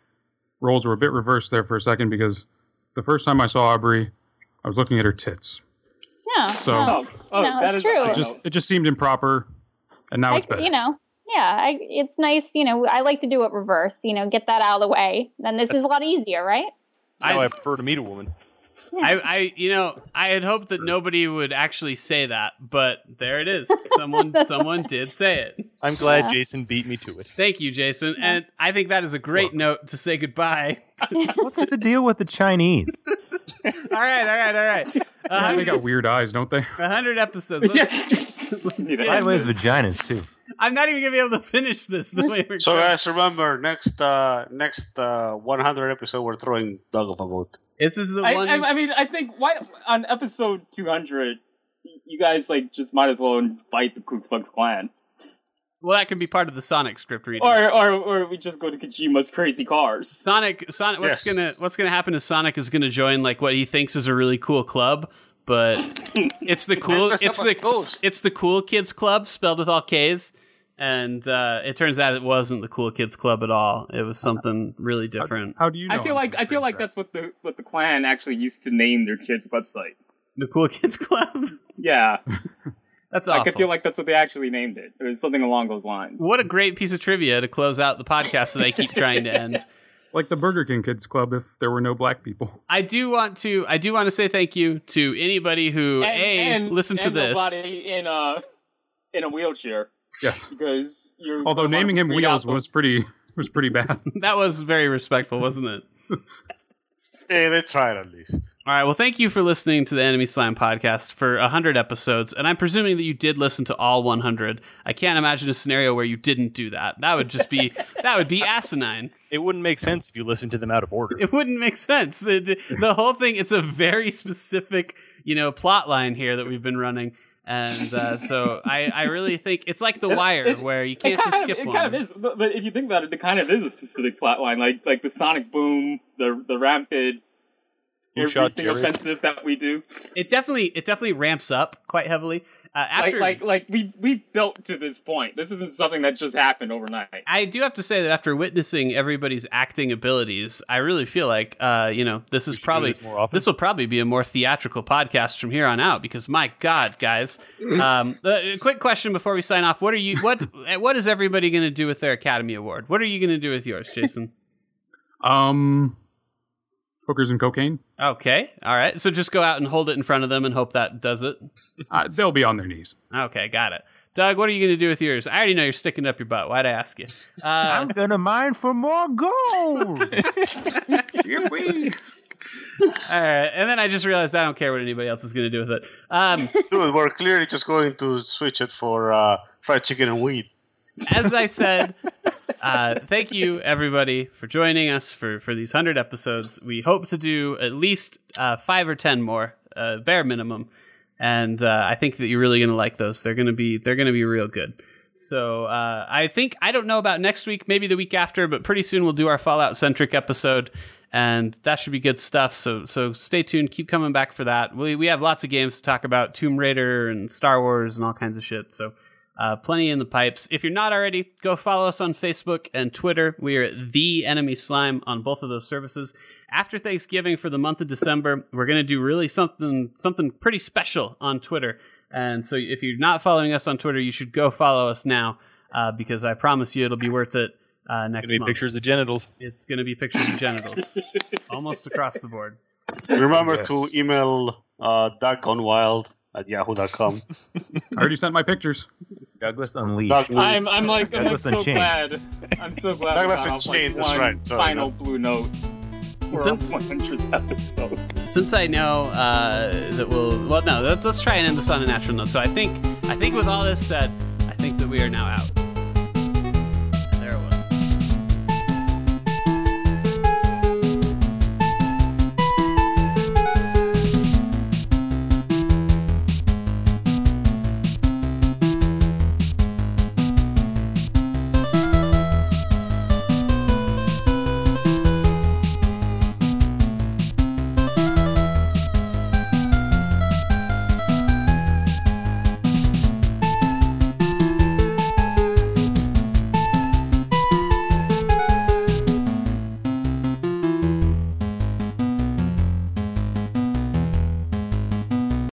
roles were a bit reversed there for a second because the first time I saw Aubrey, I was looking at her tits. yeah. So- no. Oh, oh No, that it's is true. I It just it just seemed improper, and now I- it's better. you know, yeah, I, it's nice. You know, I like to do it reverse. You know, get that out of the way. Then this is a lot easier, right? Now I prefer to meet a woman. I, I, you know, I had hoped that nobody would actually say that, but there it is. Someone, someone did say it. I'm glad Yeah. Jason beat me to it. Thank you, Jason. And I think that is a great note to say goodbye. *laughs* What's the deal with the Chinese? all right, all right, all right. A Yeah, they hundred- got weird eyes, don't *laughs* they? a hundred episodes. Let's- Sideways vaginas too. I'm not even gonna be able to finish this the way we're So going. guys, remember next uh, next uh, 100 episode we're throwing dog of a boat. This is the I, one. I, I mean, I think why on episode 200, you guys like just might as well invite the Ku Klux Klan, well, that can be part of the Sonic script reading. or or or we just go to Kojima's crazy cars. Sonic, Sonic, what's Yes. gonna what's gonna happen is Sonic is gonna join like what he thinks is a really cool club, *laughs* but it's the cool it's the ghost. it's the cool kids club spelled with all K's, and uh, it turns out it wasn't the cool kids club at all. It was something really different. How do you? Know I feel like I feel like that's what the what the Klan actually used to name their kids' website. The cool kids club. *laughs* Yeah, That's like, awful. I feel like that's what they actually named it. It was something along those lines. what a great piece of trivia to close out the podcast that I keep trying *laughs* to end. like the Burger King Kids Club if there were no black people. I do want to I do want to say thank you to anybody who And, a and, listen to and this. Nobody in a in a wheelchair Yes. because you're. Although gonna naming wanna him read Wheels out those- was pretty was pretty bad. *laughs* That was very respectful, wasn't it? Yeah, they tried at least. All right. Well, thank you for listening to the Enemy Slime podcast for 100 episodes. And I'm presuming that you did listen to all 100. I can't imagine a scenario where you didn't do that. That would just *laughs* be, that would be asinine. It wouldn't make sense if you listened to them out of order. It wouldn't make sense. The, the whole thing, it's a very specific, you know, plot line here that we've been running. And uh, so I, I really think *laughs* it's like The Wire where you It can't kind, just of, skip it one. kind of is, but, but if you think about it, it kind of is a specific plotline, like like the sonic boom, the the rampant, Who shot everything Jerry? offensive that we do. It definitely, it definitely ramps up quite heavily. Uh, after, Like like like we we built to this point. This isn't something that just happened overnight. I do have to say that after witnessing everybody's acting abilities, I really feel like uh, you know this is should do probably this more often. will probably be a more theatrical podcast from here on out because my God, guys! Um, a quick question before we sign off: What are you what *laughs* uh, what is everybody going to do with their Academy Award? What are you going to do with yours, Jason? *laughs* Um, hookers and cocaine. okay, all right. So just go out and hold it in front of them and hope that does it. *laughs* Uh, they'll be on their knees. Okay, got it. Doug, what are you going to do with yours? I already know you're sticking up your butt. Why'd I ask you? Uh, I'm gonna mine for more gold. *laughs* Yippee. all right, and then I just realized I don't care what anybody else is going to do with it. Um, *laughs* Dude, we're clearly just going to switch it for uh, fried chicken and weed. as I said, uh, thank you everybody for joining us for for these hundred episodes. We hope to do at least uh, five or ten more, uh, bare minimum, and uh, I think that you're really going to like those. They're going to be they're going to be real good. So uh, I think I don't know about next week, maybe the week after, but pretty soon we'll do our Fallout centric episode, and that should be good stuff. So so stay tuned, keep coming back for that. We we have lots of games to talk about, Tomb Raider and Star Wars and all kinds of shit. So uh, plenty in the pipes. If you're not already, go follow us on Facebook and Twitter. We are at the Enemy Slime on both of those services. After Thanksgiving for the month of December, we're going to do really something something pretty special on Twitter. And so, if you're not following us on Twitter, you should go follow us now uh, because I promise you it'll be worth it uh, It's gonna next be month. pictures of genitals. It's going to be pictures of genitals, *laughs* almost across the board. Remember Yes. to email uh, duckonwild at yahoo.com. I already sent my pictures. Douglas Unleashed. Doug, I'm I'm like I'm like Douglas so Unchained. glad. I'm so glad. we Douglas got off, like, Unchained, that's one right. Sorry, final no. blue note. For our Since- 100th episode. since I know uh, that we'll well no let, let's try and end this on a natural note. So I think I think with all this said, I think that we are now out.